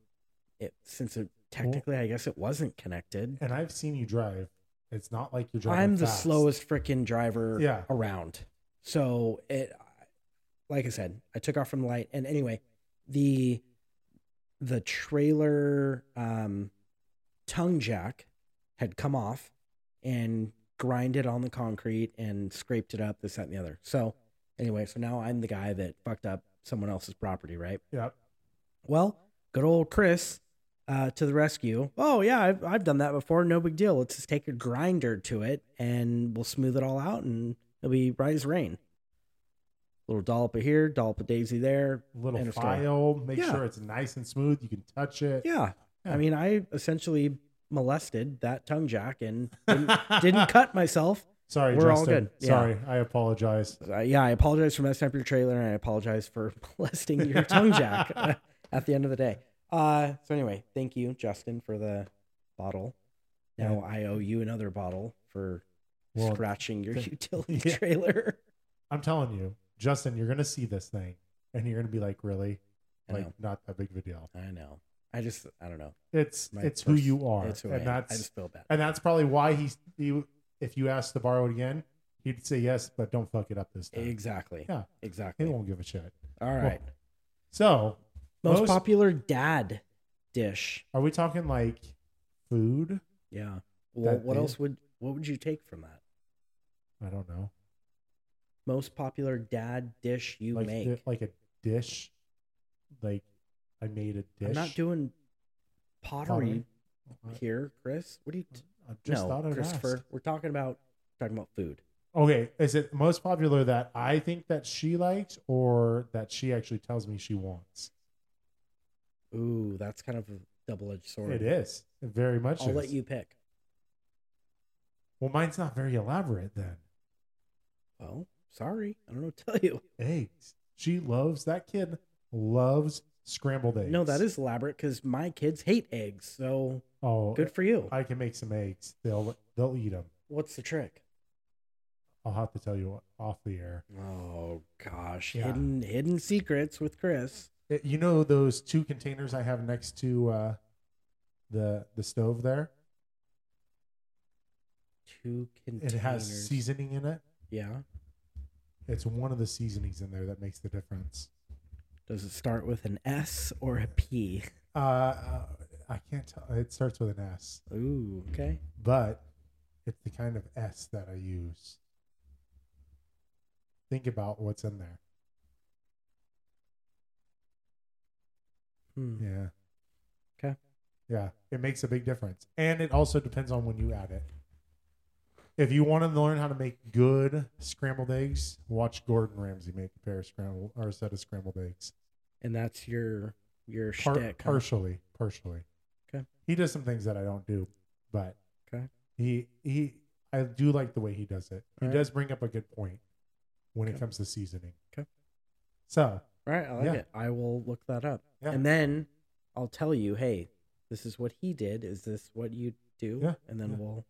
B: it since it technically, I guess it wasn't connected.
A: and i've seen you drive it's not like you're driving
B: I'm the
A: fast.
B: slowest freaking driver
A: Yeah.
B: around. So it, like I said, I took off from the light. And anyway, the the trailer um, tongue jack had come off and grinded on the concrete and scraped it up. This, that, and the other. So anyway, so now I'm the guy that fucked up someone else's property, right?
A: yeah
B: Well, good old Chris uh, to the rescue. Oh, yeah, I've, I've done that before. No big deal. Let's just take a grinder to it and we'll smooth it all out and it'll be right as rain. Little dollop of here, dollop of daisy there.
A: little
B: End of story.
A: file make
B: Yeah.
A: sure it's nice and smooth you can touch it
B: Yeah.
A: Yeah.
B: I mean, I essentially molested that tongue jack and didn't, didn't cut myself.
A: Sorry,
B: We're all
A: Justin.
B: good. Yeah.
A: Sorry, I apologize.
B: Uh, yeah, I apologize for messing up your trailer, and I apologize for molesting your tongue jack uh, at the end of the day. Uh, so anyway, thank you, Justin, for the bottle. Now I owe you another bottle for
A: Well,
B: scratching your
A: th-
B: utility
A: yeah.
B: trailer.
A: I'm telling you, Justin, you're gonna see this thing, and you're gonna be like, really,
B: I
A: like
B: know.
A: not that big of a deal.
B: I know. I just, I don't know.
A: It's
B: My
A: it's who
B: pers-
A: you are,
B: It's who I
A: and
B: am. I
A: that's
B: just feel bad.
A: and that's probably why he, he if you asked to borrow it again, he'd say yes, but don't fuck it up this time.
B: Exactly.
A: Yeah.
B: Exactly.
A: He
B: All
A: won't give a shit.
B: right.
A: So,
B: most,
A: most-
B: popular dad dish.
A: are we talking like food?
B: Yeah. Well,
A: That
B: what
A: thing?
B: else would what would you take from that?
A: I don't know,
B: Most popular dad dish you
A: like
B: make.
A: di- like a dish, like I made a dish.
B: I'm not doing pottery
A: Pottery?
B: here, Chris? What do you? T-
A: I just
B: no,
A: thought I'd
B: Christopher.
A: ask.
B: We're talking about talking about food.
A: Okay, is it most popular that I think that she likes or that she actually tells me she wants?
B: Ooh, that's kind of a double-edged sword.
A: It is. It very much
B: I'll
A: is.
B: let you pick.
A: Well, mine's not very elaborate then.
B: Well, sorry, I don't know what to tell you.
A: Eggs. She loves that kid loves scrambled eggs.
B: No, that is elaborate because my kids hate eggs. So
A: Oh,
B: good for you.
A: I can make some eggs. They'll they'll eat them.
B: What's the trick?
A: I'll have to tell you off the air.
B: Oh gosh,
A: Yeah.
B: hidden hidden secrets with Chris.
A: Uh, You know those two containers I have next to uh, the the stove there.
B: Two
A: It
B: containers.
A: has seasoning in it.
B: Yeah.
A: It's one of the seasonings in there that makes the difference.
B: Does it start with an S or a P?
A: Uh, uh, I can't tell. It starts with an S,
B: Ooh, okay.
A: but it's the kind of S that I use. Think about what's in there.
B: Hmm.
A: Yeah.
B: 'Kay.
A: Yeah, it makes a big difference, and it also depends on when you add it. If you want to learn how to make good scrambled eggs, watch Gordon Ramsay make a pair of scrambled or a set of scrambled eggs.
B: And that's your your
A: Par-
B: shtick. huh?
A: Partially, partially.
B: 'Kay.
A: He does some things that I don't do, but
B: 'Kay.
A: he he I do like the way he does it. He
B: Alright.
A: does bring up a good point when it
B: 'Kay.
A: comes to seasoning.
B: 'Kay.
A: So
B: All right, I like
A: Yeah.
B: it. I will look that up.
A: Yeah.
B: And then I'll tell you, hey, this is what he did. Is this what you do?
A: Yeah,
B: And then
A: yeah.
B: we'll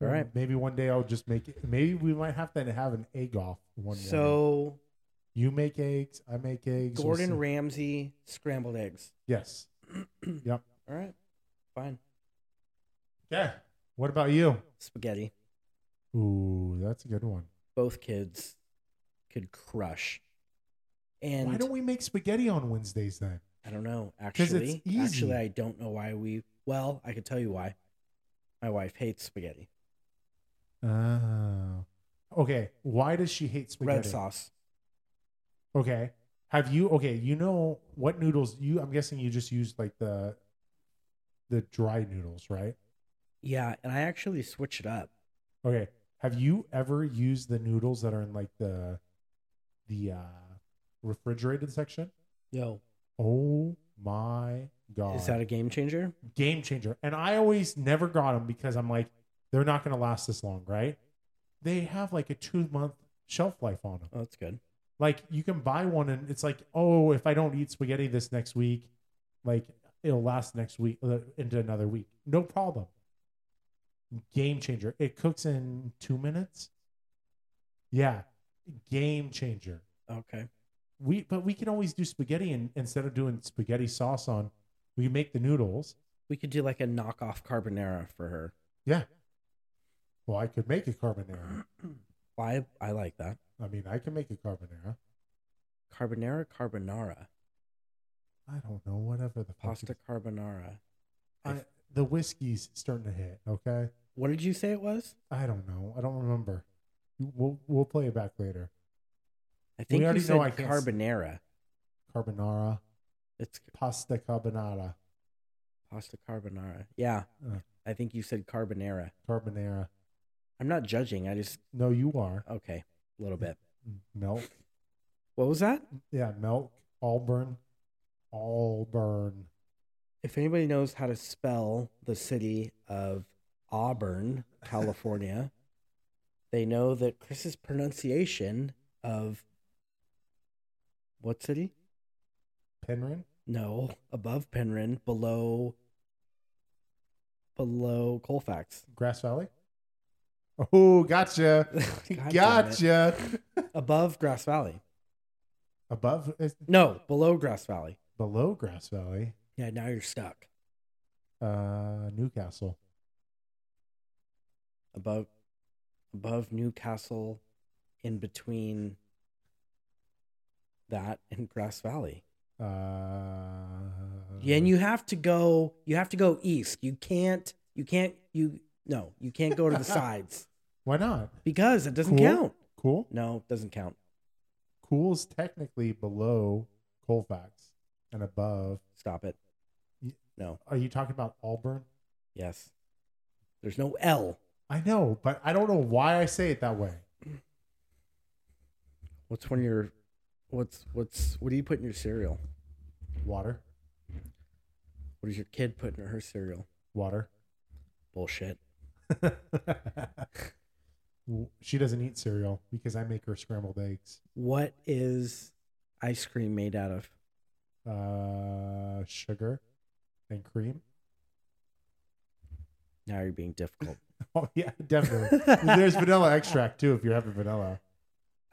B: all right.
A: maybe one day I'll just make it. Maybe we might have to have an egg off one. morning.
B: So
A: You make eggs. I make eggs. we'll
B: Gordon
A: see.
B: Ramsay scrambled eggs.
A: Yes. Yep.
B: All right. Fine.
A: Yeah. What about you?
B: Spaghetti.
A: Ooh, that's a good one.
B: Both kids could crush.
A: why
B: And
A: don't we make spaghetti on Wednesdays then?
B: I don't know.
A: 'Cause it's
B: Actually, actually,
A: easy.
B: I don't know why we. Well, I could tell you why. My wife hates spaghetti.
A: Oh. Okay. Why does she hate spaghetti?
B: Ah. Red sauce.
A: Okay. Have you okay, you know what noodles you I'm guessing you just used like the the dry noodles, right?
B: Yeah, and I actually switch it up.
A: Okay. Have you ever used the noodles that are in like the the uh refrigerated section?
B: No,
A: Oh my god.
B: is that a game changer?
A: game changer. And I always never got them because I'm like, they're not going to last this long, right? They have like a two month shelf life on them.
B: Oh, that's good.
A: Like you can buy one and it's like, oh, if I don't eat spaghetti this next week, like it'll last next week uh, into another week. No problem. Game changer. It cooks in two minutes. Yeah. Game changer.
B: Okay.
A: We but we can always do spaghetti and instead of doing spaghetti sauce on, we make the noodles
B: We could do like a knockoff carbonara for her.
A: Well, I could make a carbonara.
B: Why? I like that.
A: I mean, I can make a carbonara.
B: Carbonara, carbonara,
A: I don't know, whatever the fuck
B: pasta
A: it-
B: carbonara.
A: I, the whiskey's starting to hit. Okay,
B: What did you say it was?
A: I don't know. I don't remember. We'll we'll play it back later.
B: I think you
A: already know
B: said
A: I can't s-
B: carbonara.
A: Carbonara,
B: It's
A: pasta carbonara,
B: pasta carbonara. Yeah,
A: Uh.
B: I think you said carbonara.
A: carbonara.
B: I'm not judging. I just
A: No, you are
B: okay, a little bit.
A: milk.
B: What was that?
A: Yeah, milk. Auburn, Auburn.
B: If anybody knows how to spell the city of Auburn, California, they know that Chris's pronunciation of what city?
A: Penryn.
B: No, above Penryn, below below Colfax.
A: Grass Valley. Oh, gotcha,
B: God damn it.
A: gotcha.
B: Above Grass Valley.
A: Above, is
B: No, below Grass Valley.
A: below Grass Valley.
B: Yeah, now you're stuck.
A: Uh, Newcastle.
B: Above above Newcastle in between that and Grass Valley.
A: Uh,
B: Yeah, and you have to go you have to go east. You can't you can't you no, you can't go to the sides
A: Why not?
B: because it doesn't
A: Cool.
B: count.
A: Cool.
B: No, it doesn't count.
A: Cool's technically below Colfax and above.
B: Stop it.
A: Ye-
B: No.
A: Are you talking about Auburn?
B: Yes. There's no L.
A: I know, but I don't know why I say it that way.
B: What's one of your what's what's what do you put in your cereal?
A: Water,
B: What does your kid put in her cereal?
A: water.
B: Bullshit.
A: W- she doesn't eat cereal because I make her scrambled eggs.
B: What is ice cream made out of?
A: Uh, sugar and cream.
B: Now you're being difficult.
A: Oh yeah, definitely. There's vanilla extract too if you're having vanilla.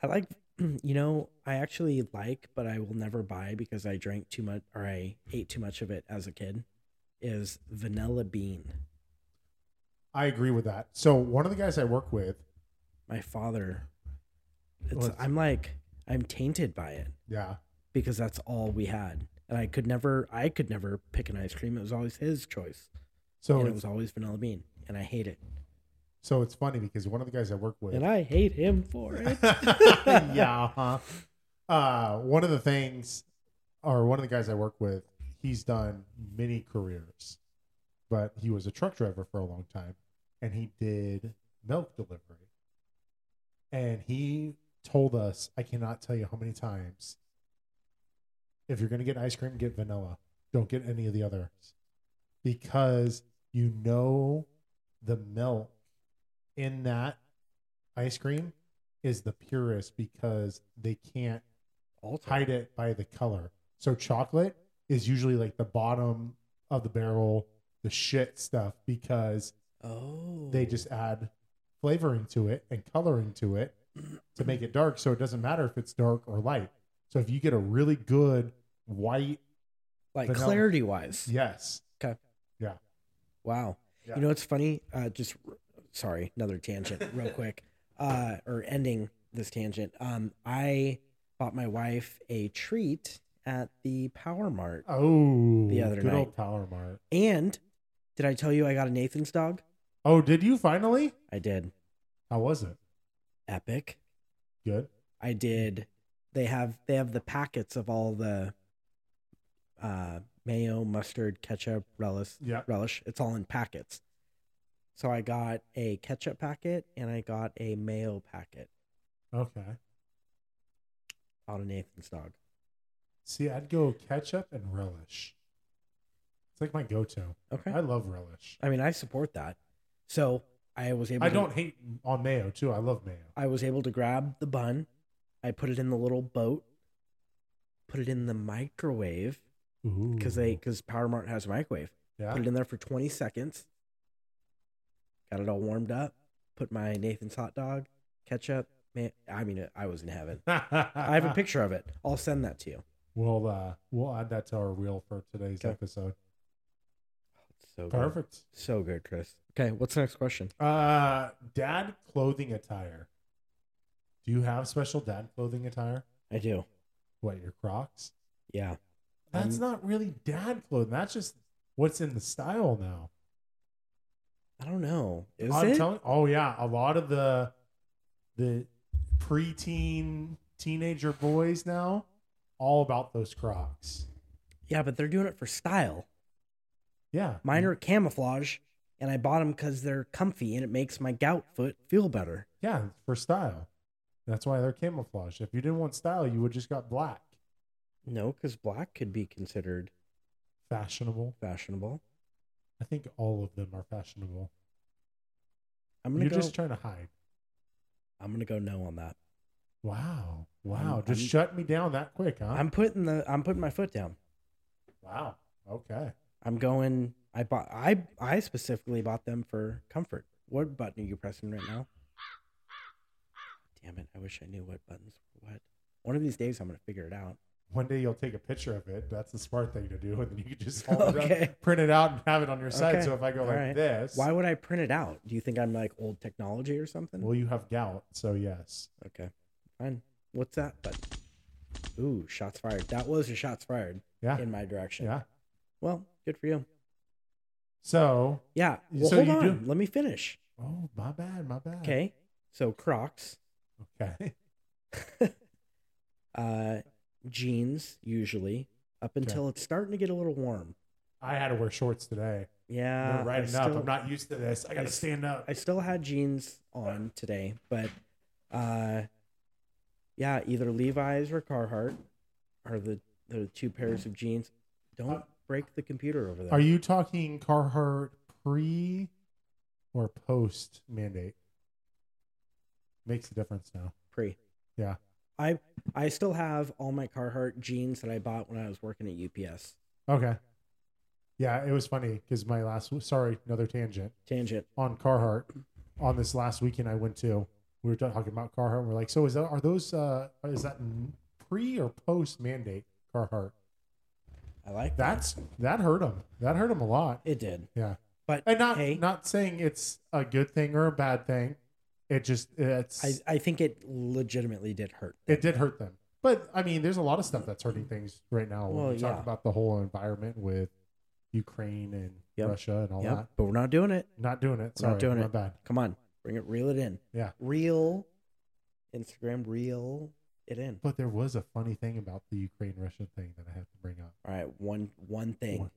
B: I like, you know, I actually like, but I will never buy because I drank too much or I ate too much of it as a kid. Is vanilla bean.
A: I agree with that. So one of the guys I work with,
B: My father, it's,
A: What's-
B: I'm like, I'm tainted by it
A: yeah,
B: because that's all we had. And I could never, I could never pick an ice cream. It was always his choice.
A: so
B: and it
A: it's-
B: was always vanilla bean. And I hate it.
A: So it's funny because one of the guys I work with.
B: And I hate him for it.
A: yeah. Uh-huh. Uh, one of the things, or one of the guys I work with, he's done many careers, but he was a truck driver for a long time and he did milk delivery. And he told us, I cannot tell you how many times, if you're going to get ice cream, get vanilla. Don't get any of the others because you know the milk in that ice cream is the purest because they can't
B: Also,
A: hide it by the color. So chocolate is usually like the bottom of the barrel, the shit stuff because
B: oh,
A: they just add flavoring to it and coloring to it to make it dark so it doesn't matter if it's dark or light. So if you get a really good white,
B: like
A: vanilla.
B: clarity wise.
A: yes.
B: Wow.
A: Yeah.
B: You know what's funny? Uh, just r- sorry, another tangent, real quick, uh, or ending this tangent. Um, I bought my wife a treat at the Power Mart,
A: Oh,
B: The other
A: good
B: night.
A: old Power Mart.
B: and did I tell you I got a Nathan's dog?
A: Oh, did you finally?
B: I did.
A: How was it?
B: Epic.
A: Good.
B: I did. They have they have the packets of all the uh, mayo, mustard, ketchup, relish,
A: Yeah.
B: relish. It's all in packets. So I got a ketchup packet and I got a mayo packet
A: Okay.
B: out of Nathan's dog.
A: See, I'd go ketchup and relish. It's like my go-to.
B: Okay.
A: I love relish.
B: I mean, I support that. So I was able.
A: I
B: to,
A: don't hate on mayo too. I love mayo.
B: I was able to grab the bun. I put it in the little boat. Put it in the microwave because they because Power Mart has a microwave.
A: Mm. yeah.
B: Put it in there for 20 seconds. Got it all warmed up. Put my Nathan's hot dog, ketchup. Man, I mean, I was in heaven. I have a picture of it. I'll send that to you.
A: We'll uh, we'll add that to our reel for today's
B: Okay.
A: episode.
B: So Good.
A: Perfect.
B: So good, Chris. Okay, what's the next question?
A: Uh, dad clothing attire. Do you have special dad clothing attire?
B: I do.
A: What your Crocs?
B: Yeah.
A: That's
B: Um,
A: not really dad clothing. That's just what's in the style now.
B: I don't know. Is
A: I'm
B: it?
A: telling. Oh yeah, a lot of the the preteen teenager boys now all about those Crocs.
B: yeah, but they're doing it for style.
A: Yeah,
B: Mine are camouflage, and I bought them because they're comfy and it makes my gout foot feel better.
A: Yeah, for style. That's why they're camouflage. If you didn't want style, you would just got black.
B: No, because black could be considered
A: Fashionable.
B: fashionable.
A: I think all of them are fashionable.
B: I'm gonna
A: You're
B: go.
A: just trying to hide.
B: I'm gonna go no on that.
A: Wow. Wow.
B: I'm-
A: just
B: I'm-
A: shut me down that quick, huh?
B: I'm putting the. I'm putting my foot down.
A: wow. Okay.
B: I'm going. I bought. I I specifically bought them for comfort. What button are you pressing right now? Damn it! I wish I knew what buttons were what. One of these days, I'm gonna figure it out.
A: One day you'll take a picture of it. That's the smart thing to do. And then you can just hold it
B: Okay.
A: up, print it out and have it on your side.
B: Okay.
A: So if I go
B: All
A: like
B: right.
A: this,
B: Why would I print it out? Do you think I'm like old technology or something?
A: well, you have gout. So yes.
B: Okay. Fine. What's that? But ooh, shots fired. That was a shots fired
A: Yeah.
B: in my direction.
A: Yeah.
B: Well, good for you.
A: So,
B: Yeah.
A: Y-
B: Well,
A: so
B: hold
A: you
B: on.
A: do-
B: Let me finish.
A: oh, my bad. My bad.
B: Okay. So Crocs,
A: Okay.
B: uh, jeans usually up until it's starting to get a little warm.
A: I had to wear shorts today.
B: Yeah.
A: no riding
B: Uh, I
A: up.
B: still-
A: I'm not used to this. I got
B: I
A: to
B: s-
A: stand up.
B: I still had jeans on today, but uh yeah, either Levi's or Carhartt are the the two pairs of jeans. Don't break the computer over there.
A: Uh, Are you talking Carhartt pre or post mandate? Makes a difference now.
B: pre?
A: Yeah.
B: I I still have all my Carhartt jeans that I bought when I was working at UPS.
A: Okay. Yeah, it was funny because my last sorry, another tangent
B: Tangent.
A: on Carhartt. On this last weekend I went to, we were talking about Carhartt. And we're like, so is that are those uh is that pre or post mandate Carhartt?
B: I like that.
A: That's that hurt him. That hurt him a lot.
B: It did.
A: Yeah.
B: But
A: And not
B: hey,
A: not saying it's a good thing or a bad thing. It just it's
B: I, I think it legitimately did hurt.
A: it did hurt them. But I mean, there's a lot of stuff that's hurting things right now. When
B: Well,
A: we talk
B: yeah.
A: about the whole environment with Ukraine and
B: Yep.
A: Russia and all
B: Yep.
A: that.
B: But we're not doing it.
A: Not doing it.
B: We're
A: Sorry,
B: not doing
A: my
B: it.
A: bad.
B: Come on. Bring it reel it in.
A: Yeah.
B: Reel Instagram reel it in.
A: But there was a funny thing about the Ukraine Russia thing that I have to bring up.
B: All right, one one thing.
A: One.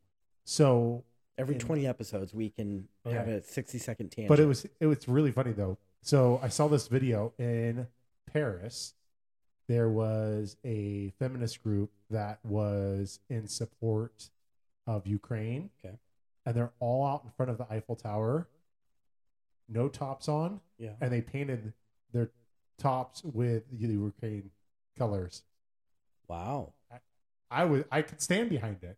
A: So,
B: Every
A: Yeah.
B: 20 episodes we can have
A: Okay.
B: a 60 second tangent.
A: but it was it was really funny though. So I saw this video in Paris. There was a feminist group that was in support of Ukraine.
B: Okay.
A: And they're all out in front of the Eiffel Tower. No tops on.
B: yeah.
A: and they painted their tops with the Ukraine colors.
B: Wow.
A: I was I could stand behind it.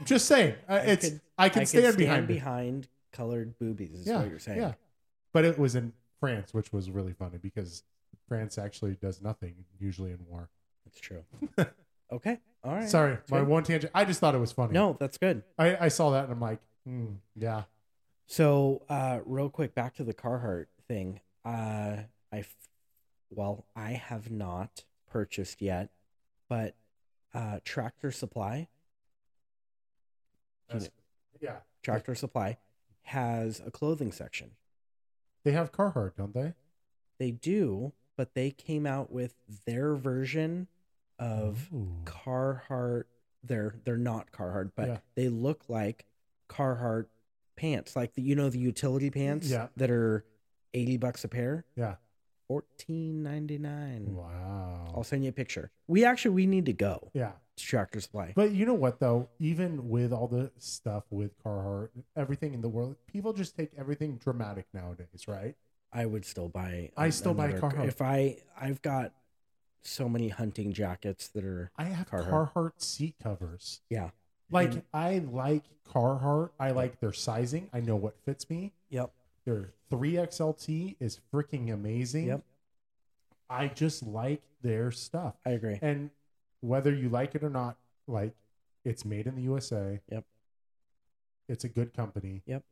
A: I'm just saying, I,
B: I
A: it's
B: could-
A: I can
B: I
A: stand,
B: stand
A: behind, it.
B: behind colored boobies is
A: Yeah,
B: what you're saying.
A: yeah. But it was in France, which was really funny because France actually does nothing usually in war.
B: That's true. okay. All right.
A: Sorry, my
B: good.
A: one tangent. I just thought it was funny.
B: No, that's good.
A: I, I saw that and I'm like, hmm, yeah,
B: So, uh, real quick, back to the Carhartt thing. Uh, I, f- well, I have not purchased yet, but uh, Tractor Supply,
A: that's- yeah.
B: Tractor Supply has a clothing section.
A: They have Carhartt, don't they?
B: They do, but they came out with their version of
A: Ooh.
B: Carhartt. They're they're not Carhartt, but
A: Yeah.
B: they look like Carhartt pants, like the you know the utility pants
A: Yeah.
B: that are eighty bucks a pair.
A: Yeah.
B: fourteen ninety nine.
A: Hmm. wow.
B: I'll send you a picture. We actually we need to go
A: yeah.
B: to Tractor Supply.
A: But you know what though? Even with all the stuff with Carhartt, everything in the world, people just take everything dramatic nowadays, right?
B: I would still buy.
A: I still buy
B: another-
A: Carhartt.
B: If I I've got so many hunting jackets that are
A: I have
B: Carhartt.
A: Carhartt, seat covers.
B: Yeah.
A: Like
B: And-
A: I like Carhartt. I like their sizing. I know what fits me.
B: yep
A: Their 3XLT is freaking amazing.
B: Yep.
A: I just like their stuff.
B: I agree.
A: And whether you like it or not, like it's made in the USA.
B: Yep.
A: It's a good company.
B: Yep.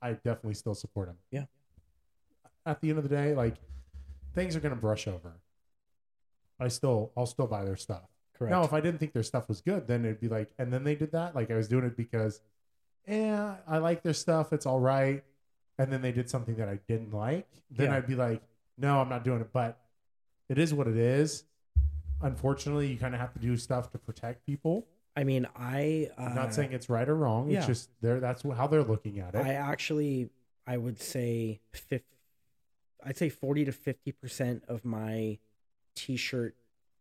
A: I definitely still support them.
B: Yeah.
A: At the end of the day, like things are gonna brush over. I still I'll still buy their stuff.
B: Correct.
A: Now, if I didn't think their stuff was good, then it'd be like, and then they did that. Like I was doing it because, eh, I like their stuff. It's all right. And then they did something that I didn't like. Then
B: Yeah.
A: I'd be like, no, I'm not doing it. But it is what it is. Unfortunately, you kind of have to do stuff to protect people.
B: I mean, I uh,
A: I'm not saying it's right or wrong.
B: yeah.
A: It's just they're that's how they're looking at it.
B: I actually I would say fif- I'd say 40 to 50 percent of my t-shirt,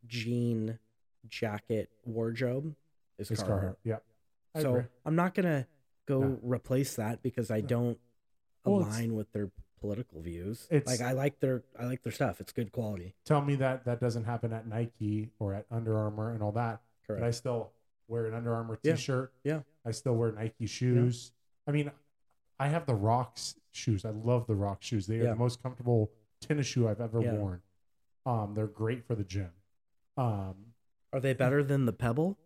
B: jean, jacket wardrobe is
A: It's
B: Carhartt.
A: Carhartt. Yeah. I
B: So
A: agree.
B: I'm not gonna go
A: No.
B: replace that because I
A: No.
B: don't
A: Well, it's-
B: align with their political views.
A: It's-
B: like I like their I like their stuff. It's good quality.
A: Tell me that that doesn't happen at Nike or at Under Armour and all that. but I
B: Correct.
A: still wear an Under Armour
B: Yeah.
A: T-shirt.
B: Yeah.
A: I still wear Nike shoes. I mean, I have the Rocks shoes. I love the Rock shoes. They are
B: Yeah.
A: the most comfortable tennis shoe I've ever
B: Yeah.
A: worn. Um, they're great for the gym. Um,
B: Are they better than the Pebble?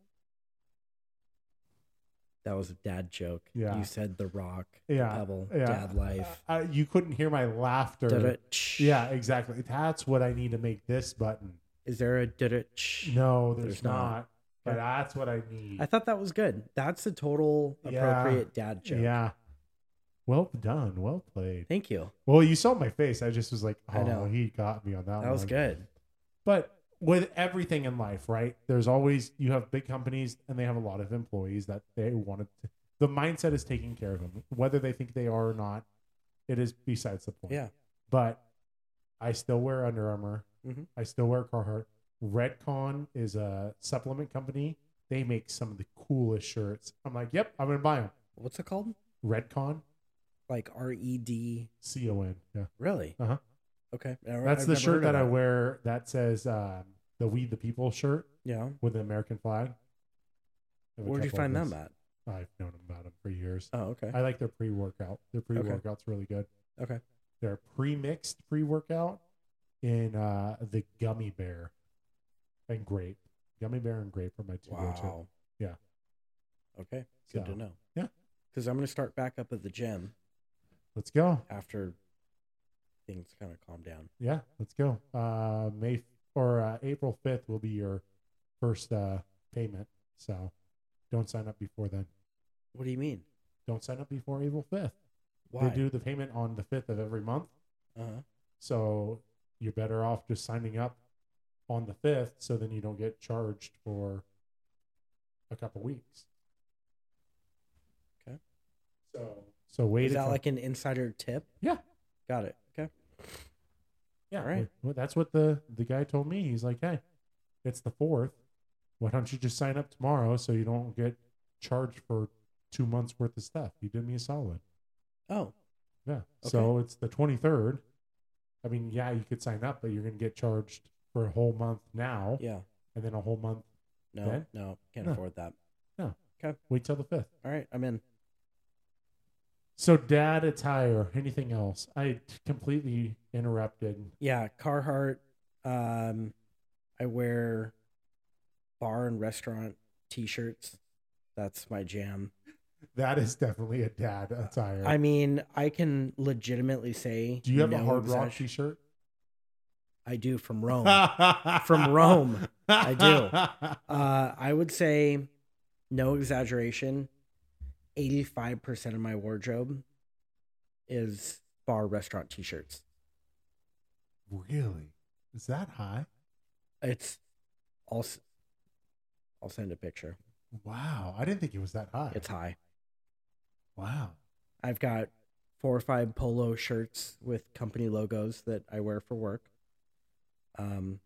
B: That was a dad joke.
A: Yeah.
B: You said the Rock,
A: yeah,
B: the Pebble,
A: yeah.
B: Dad Life.
A: Uh, you couldn't hear my laughter.
B: Da-da-tsh.
A: Yeah, exactly. That's what I need to make this button.
B: Is there a da-da-tsh?
A: No, there's,
B: There's
A: not.
B: not.
A: But
B: Okay.
A: that's what I need.
B: I thought that was good. That's a total
A: Yeah.
B: appropriate dad joke.
A: yeah. Well done. Well played.
B: Thank you.
A: Well, you saw my face. I just was like,
B: I
A: oh,
B: know.
A: he got me on that, one.
B: That was good.
A: But with everything in life, right? There's always you have big companies and they have a lot of employees that they want to the mindset is taking care of them, whether they think they are or not. It is besides the point.
B: Yeah.
A: But I still wear Under armor
B: Mhm.
A: I still wear Carhartt. Redcon is a supplement company. They make some of the coolest shirts. I'm like, yep, I'm gonna buy them.
B: What's it called?
A: Redcon,
B: Like R E D.
A: C O N. Yeah,
B: Really?
A: Uh-huh.
B: Okay. I-
A: that's
B: I've
A: the
B: never heard
A: shirt
B: of
A: that I wear. That says um, the "We the People" shirt
B: Yeah.
A: with the American flag. I have a
B: Where'd you
A: couple of
B: find them
A: those.
B: at?
A: I've known about them for years.
B: Oh, okay.
A: I like their pre-workout. Their pre-workout's really good.
B: Okay.
A: Their pre-mixed pre-workout in uh, the gummy bear and grape. Gummy bear and grape are my two go-to.
B: Wow.
A: Yeah.
B: Okay. Good
A: So,
B: to know.
A: yeah.
B: Because I'm going to start back up at the gym
A: Let's go.
B: after things kind of calm down.
A: Yeah, let's go. Uh, May f- or uh, April fifth will be your first uh, payment. So don't sign up before then.
B: What do you mean?
A: Don't sign up before April fifth.
B: Why?
A: They do the payment on the fifth of every month.
B: Uh-huh.
A: So you're better off just signing up on the fifth, so then you don't get charged for a couple weeks.
B: Okay.
A: So so wait.
B: Is that like an insider tip?
A: Yeah.
B: Got it. Okay.
A: yeah,
B: all right.
A: wait- well, that's what the the guy told me. He's like, hey, it's the fourth. Why don't you just sign up tomorrow so you don't get charged for two months worth of stuff? You did me a solid.
B: Oh,
A: Yeah. So it's the 23rd. I mean, yeah, you could sign up, but you're going to get charged for a whole month now
B: yeah.
A: and then a whole month.
B: No,
A: Okay.
B: no. Can't
A: No.
B: afford that.
A: Wait till the 5th.
B: All right. I'm in.
A: So, dad attire, anything else? I completely interrupted.
B: Yeah. Carhartt. Um, I wear bar and restaurant t shirts. That's my jam.
A: That is definitely a dad attire.
B: I mean, I can legitimately say.
A: Do you have a
B: no
A: hard rock
B: exaggeration.
A: t shirt?
B: I do from Rome.
A: From
B: Rome.
A: I
B: do. Uh, I would say, no exaggeration, 85% of my wardrobe is bar restaurant t shirts.
A: Really? Is that high?
B: It's, I'll, s- I'll send a picture.
A: Wow. I didn't think it was that high.
B: It's high.
A: wow.
B: I've got four or five polo shirts with company logos that I wear for work. Um,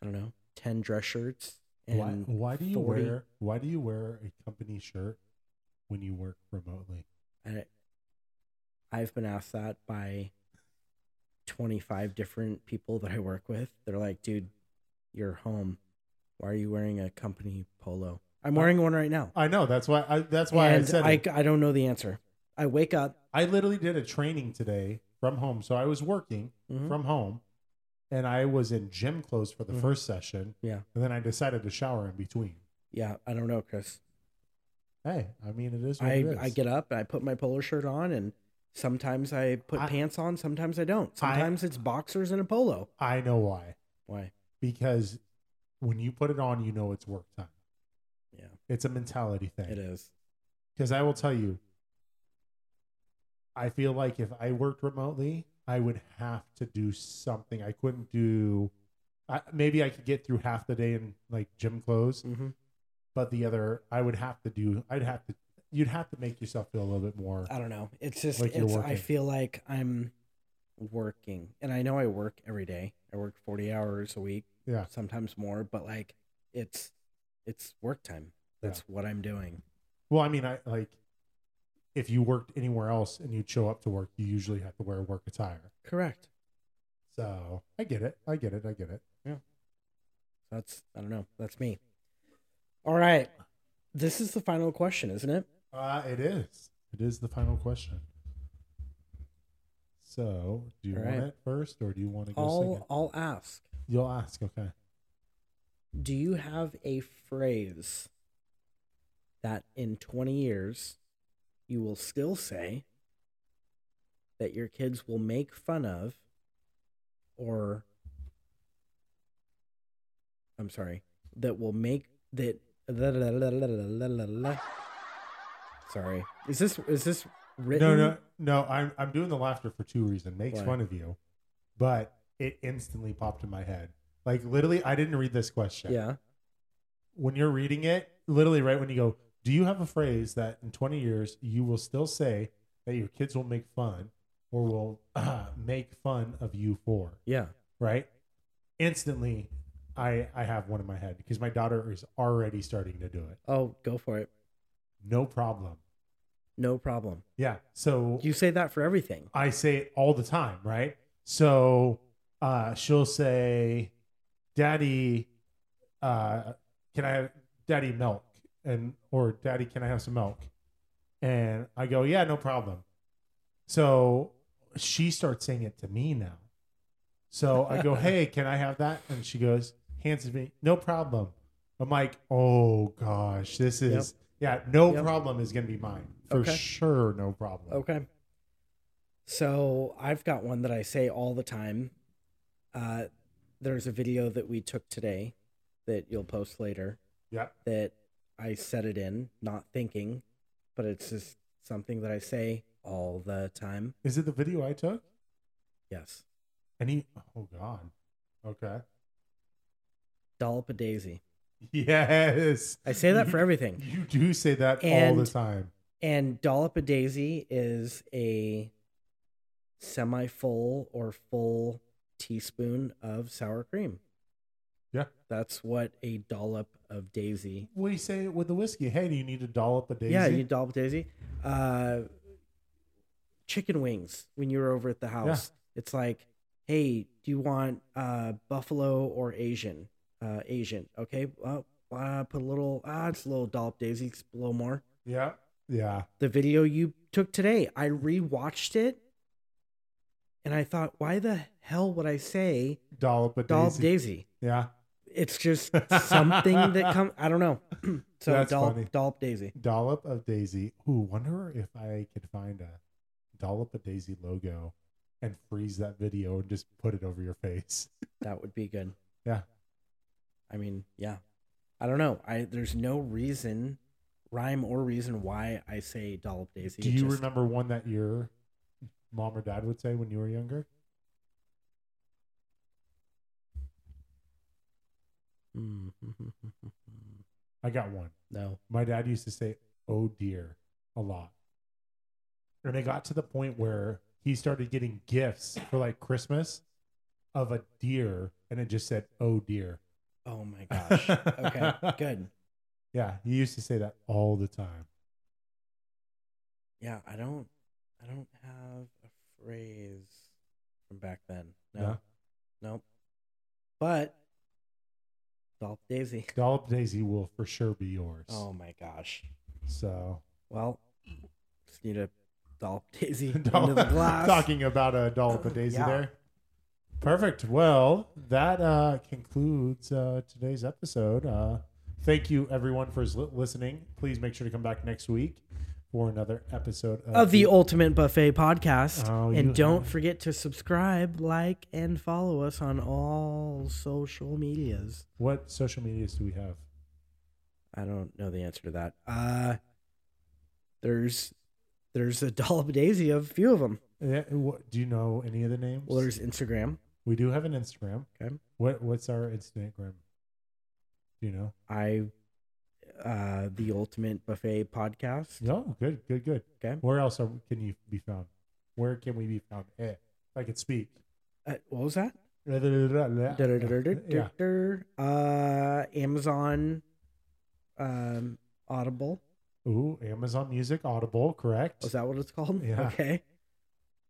B: I don't know, 10 dress shirts.
A: Why,
B: And
A: why do you
B: 40
A: wear why do you wear a company shirt when you work remotely?
B: And it, I've been asked that by 25 different people that I work with. They're like, dude, you're home. Why are you wearing a company polo? I'm wearing one right now.
A: I know that's why I, that's why I
B: And
A: said
B: I,
A: it.
B: I don't know the answer. I wake up.
A: I literally did a training today from home. So I was working
B: mhm,
A: from home and I was in gym clothes for the
B: Mhm.
A: first session.
B: Yeah.
A: And then I decided to shower in between.
B: Yeah, I don't know, Chris.
A: Hey, I mean it is what
B: I,
A: it is.
B: I get up and I put my polo shirt on, and sometimes I put
A: I-
B: pants on, sometimes I don't. Sometimes it's boxers and a polo.
A: I know why.
B: Why?
A: Because when you put it on, you know it's work time.
B: Yeah,
A: It's a mentality thing.
B: it is.
A: Because I will tell you, I feel like if I worked remotely, I would have to do something. I couldn't do. I, maybe I could get through half the day in like gym clothes,
B: hmm
A: but the other, I would have to do. I'd have to. You'd have to make yourself feel a little bit more.
B: I don't know. It's just
A: Like you're
B: it's, I
A: working.
B: feel like I'm working, and I know I work every day. I work forty hours a week,
A: Yeah.
B: sometimes more. But like, it's it's work time.
A: Yeah.
B: That's what I'm doing.
A: Well, I mean, I like if you worked anywhere else and you'd show up to work, you usually have to wear work attire.
B: Correct.
A: So I get it. I get it. I get it.
B: That's I don't know. That's me. All right. This is the final question, isn't it?
A: Uh, it is. It is the final question. So, do you
B: All
A: want
B: right.
A: it first, or do you want to go second?
B: I'll I'll ask.
A: You'll ask. Okay.
B: Do you have a phrase that in 20 years you will still say that your kids will make fun of or I'm sorry, that will make that Sorry. Is this is this
A: No,
B: written?
A: no, no. I'm I'm doing the laughter for two reasons. Makes
B: Why?
A: fun of you, but it instantly popped in my head. Like literally, I didn't read this question.
B: Yeah.
A: When you're reading it, literally right when you go, do you have a phrase that in 20 years you will still say that your kids will make fun or will uh, make fun of you for?
B: Yeah.
A: Right? Instantly, I I have one in my head because my daughter is already starting to do it.
B: Oh, go for it.
A: No problem.
B: No problem.
A: Yeah. So
B: You say that for everything.
A: I say it all the time, right? So uh, she'll say, "Daddy, uh, can I have Daddy milk?" and or "Daddy, can I have some milk?" And I go, "Yeah, no problem." So she starts saying it to me now. So I go, "Hey, can I have that?" And she goes, hands it to me, "No problem." I'm like, "Oh gosh, this is yeah, no
B: Yep.
A: problem is gonna be mine for
B: Okay.
A: sure, no problem."
B: Okay. So I've got one that I say all the time. Uh, there's a video that we took today that you'll post later
A: Yep.
B: that I set it in, not thinking, but it's just something that I say all the time.
A: Is it the video I took?
B: Yes.
A: And he, oh God. Okay.
B: Dollop a daisy.
A: Yes.
B: I say that for everything.
A: You do say that all
B: And-
A: the time.
B: And dollop a daisy is a semi full or full teaspoon of sour cream.
A: Yeah.
B: That's what a dollop of daisy.
A: Well, you say it with the whiskey. Hey, do you need to dollop a daisy?
B: Yeah, you dollop daisy. Uh, chicken wings when you were over at the house. It's like, hey, do you want uh, buffalo or Asian? Uh, Asian. Okay. Well, uh, put a little, ah, it's a little dollop daisy, it's a little more.
A: yeah. Yeah.
B: the video you took today. I rewatched it and I thought, why the hell would I say
A: Dollop a
B: Dollop
A: daisy.
B: Daisy?
A: Yeah.
B: It's just something that comes, I don't know. so
A: That's
B: Dollop,
A: funny.
B: Dollop Daisy.
A: Dollop of daisy. Ooh, wonder if I could find a dollop a daisy logo and freeze that video and just put it over your face.
B: That would be good.
A: Yeah.
B: I mean, yeah. I don't know. I There's no reason, rhyme or reason why I say Dollop Daisy.
A: Do
B: It
A: you
B: just-
A: remember one that your mom or dad would say when you were younger?
B: Mm.
A: I got one.
B: No.
A: my dad used to say, oh dear, a lot. And it got to the point where he started getting gifts for like Christmas of a deer and it just said, oh dear.
B: Oh my gosh. okay. Good.
A: Yeah. He used to say that all the time.
B: Yeah, I don't I don't have a phrase from back then. No.
A: No?
B: Nope. But Dolph Daisy.
A: Dollop Daisy will for sure be yours.
B: Oh my gosh.
A: So,
B: Well, just need a Dolph Daisy
A: Doll-
B: under the glass.
A: talking about a Dollop of Daisy
B: Yeah.
A: there. Perfect. Well, that uh, concludes uh, today's episode. Uh, thank you, everyone, for lis- listening. Please make sure to come back next week for another episode of,
B: Of the Ultimate Buffet podcast.
A: Oh, you
B: and don't
A: have-
B: forget to subscribe, like, and follow us on all social medias.
A: What social medias do we have?
B: I don't know the answer to that. Uh there's there's a dollop daisy of a few of them.
A: Yeah, what, Eh, do you know any of the names?
B: Well, there's Instagram.
A: we do have an Instagram.
B: Okay.
A: What What's our Instagram? Do you know?
B: I, uh, the Ultimate Buffet Podcast.
A: No, Oh, good, good, good.
B: Okay.
A: Where else are, can you be found? Where can we be found? Eh, if I could speak.
B: Uh, what was that?
A: Yeah.
B: Uh, Amazon, um, Audible.
A: Ooh, Amazon Music, Audible, correct?
B: Was Oh, that what it's called?
A: Yeah.
B: Okay.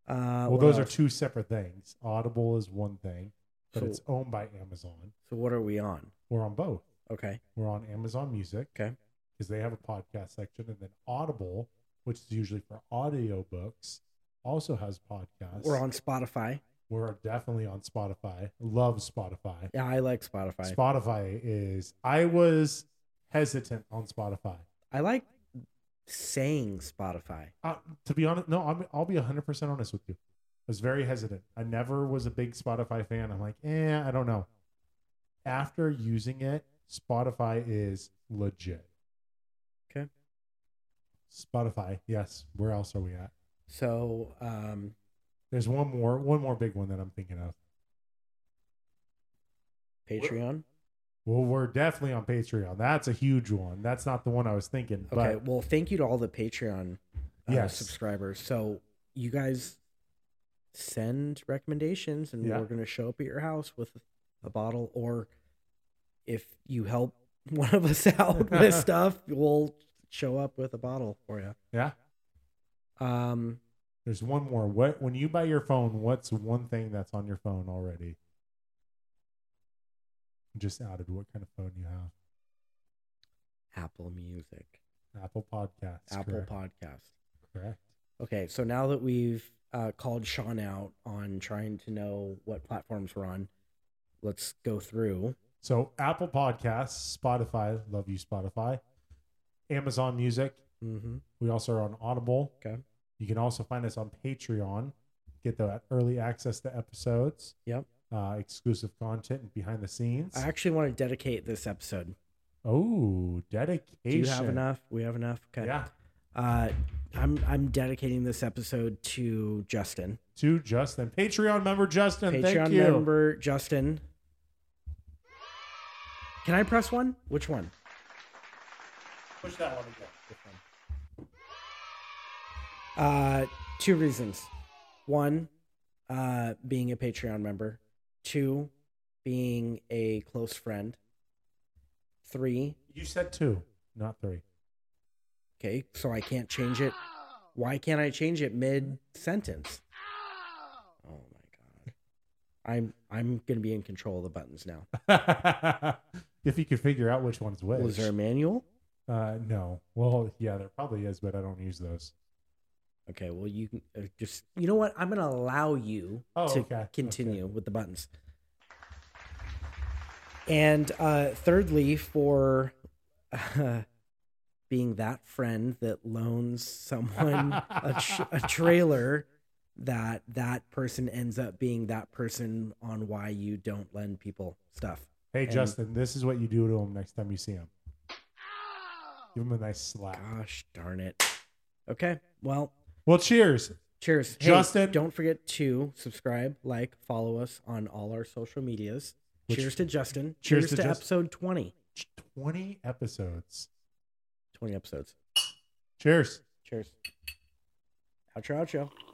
B: Uh,
A: well,
B: what
A: those are
B: else?
A: two separate things. Audible is one thing, but
B: So-
A: it's owned by Amazon.
B: So what are we on?
A: We're on both.
B: Okay.
A: We're on Amazon Music.
B: Okay.
A: Because they have a podcast section. And then Audible, which is usually for audiobooks, also has podcasts.
B: We're on Spotify.
A: We're definitely on Spotify. Love Spotify.
B: Yeah, I like Spotify.
A: Spotify is, I was hesitant on Spotify.
B: I like saying Spotify.
A: uh, to be honest, no, I'm, I'll be 100% honest with you. I was very hesitant. I never was a big Spotify fan. I'm like, eh, I don't know. After using it, Spotify is legit.
B: Okay.
A: Spotify, yes. Where else are we at?
B: So, um,
A: There's one more, one more big one that I'm thinking of.
B: Patreon.
A: Well, we're definitely on Patreon. That's a huge one. That's not the one I was thinking.
B: Okay.
A: But
B: well, thank you to all the Patreon uh,
A: Yes.
B: subscribers. So you guys send recommendations, and
A: Yeah.
B: we're going to show up at your house with a bottle, or if you help one of us out with stuff, we'll show up with a bottle for you.
A: yeah,
B: Um,
A: there's one more. What when you buy your phone, what's one thing that's on your phone already? Just outed what kind of phone you have.
B: Apple Music,
A: Apple Podcasts.
B: Apple
A: correct?
B: Podcast.
A: Correct.
B: Okay, so now that we've uh, called Sean out on trying to know what platforms we're on, let's go through.
A: So Apple Podcasts, Spotify, love you, Spotify, Amazon Music.
B: Mm-hmm.
A: We also are on Audible.
B: Okay.
A: You can also find us on Patreon. Get the early access to episodes.
B: Yep.
A: Uh, exclusive content and behind the scenes.
B: I actually want to dedicate this episode.
A: oh, dedication.
B: Do you have enough? We have enough. Okay.
A: Yeah.
B: Uh, I'm I'm dedicating this episode to Justin,
A: To Justin, Patreon member Justin.
B: Patreon
A: thank you.
B: member Justin. Can I press one? Which one?
A: Push that one again.
B: Uh, two reasons. One, uh, being a Patreon member. Two, being a close friend. Three,
A: You said two, not three.
B: okay, so I can't change it. Why can't I change it mid sentence? Oh my god. I'm I'm gonna be in control of the buttons now.
A: if you could figure out which one's which.
B: Was there a manual?
A: Uh, no. Well, yeah, there probably is, but I don't use those.
B: Okay, well you can uh, just you know what? I'm gonna allow you
A: Oh,
B: to
A: okay, okay.
B: continue with the buttons. And uh, thirdly, for uh, being that friend that loans someone a, tr- a trailer, that that person ends up being that person on why you don't lend people stuff.
A: Hey,
B: And-
A: Justin, this is what you do to him next time you see him. Give him a nice slap.
B: Gosh darn it. Okay, well,
A: Well, cheers.
B: Cheers. Hey,
A: Justin.
B: don't forget to subscribe, like, follow us on all our social medias.
A: Which-
B: cheers to Justin.
A: Cheers to
B: to,
A: Justin.
B: episode 20.
A: 20 episodes.
B: 20 episodes.
A: Cheers.
B: Cheers. Outro, outro.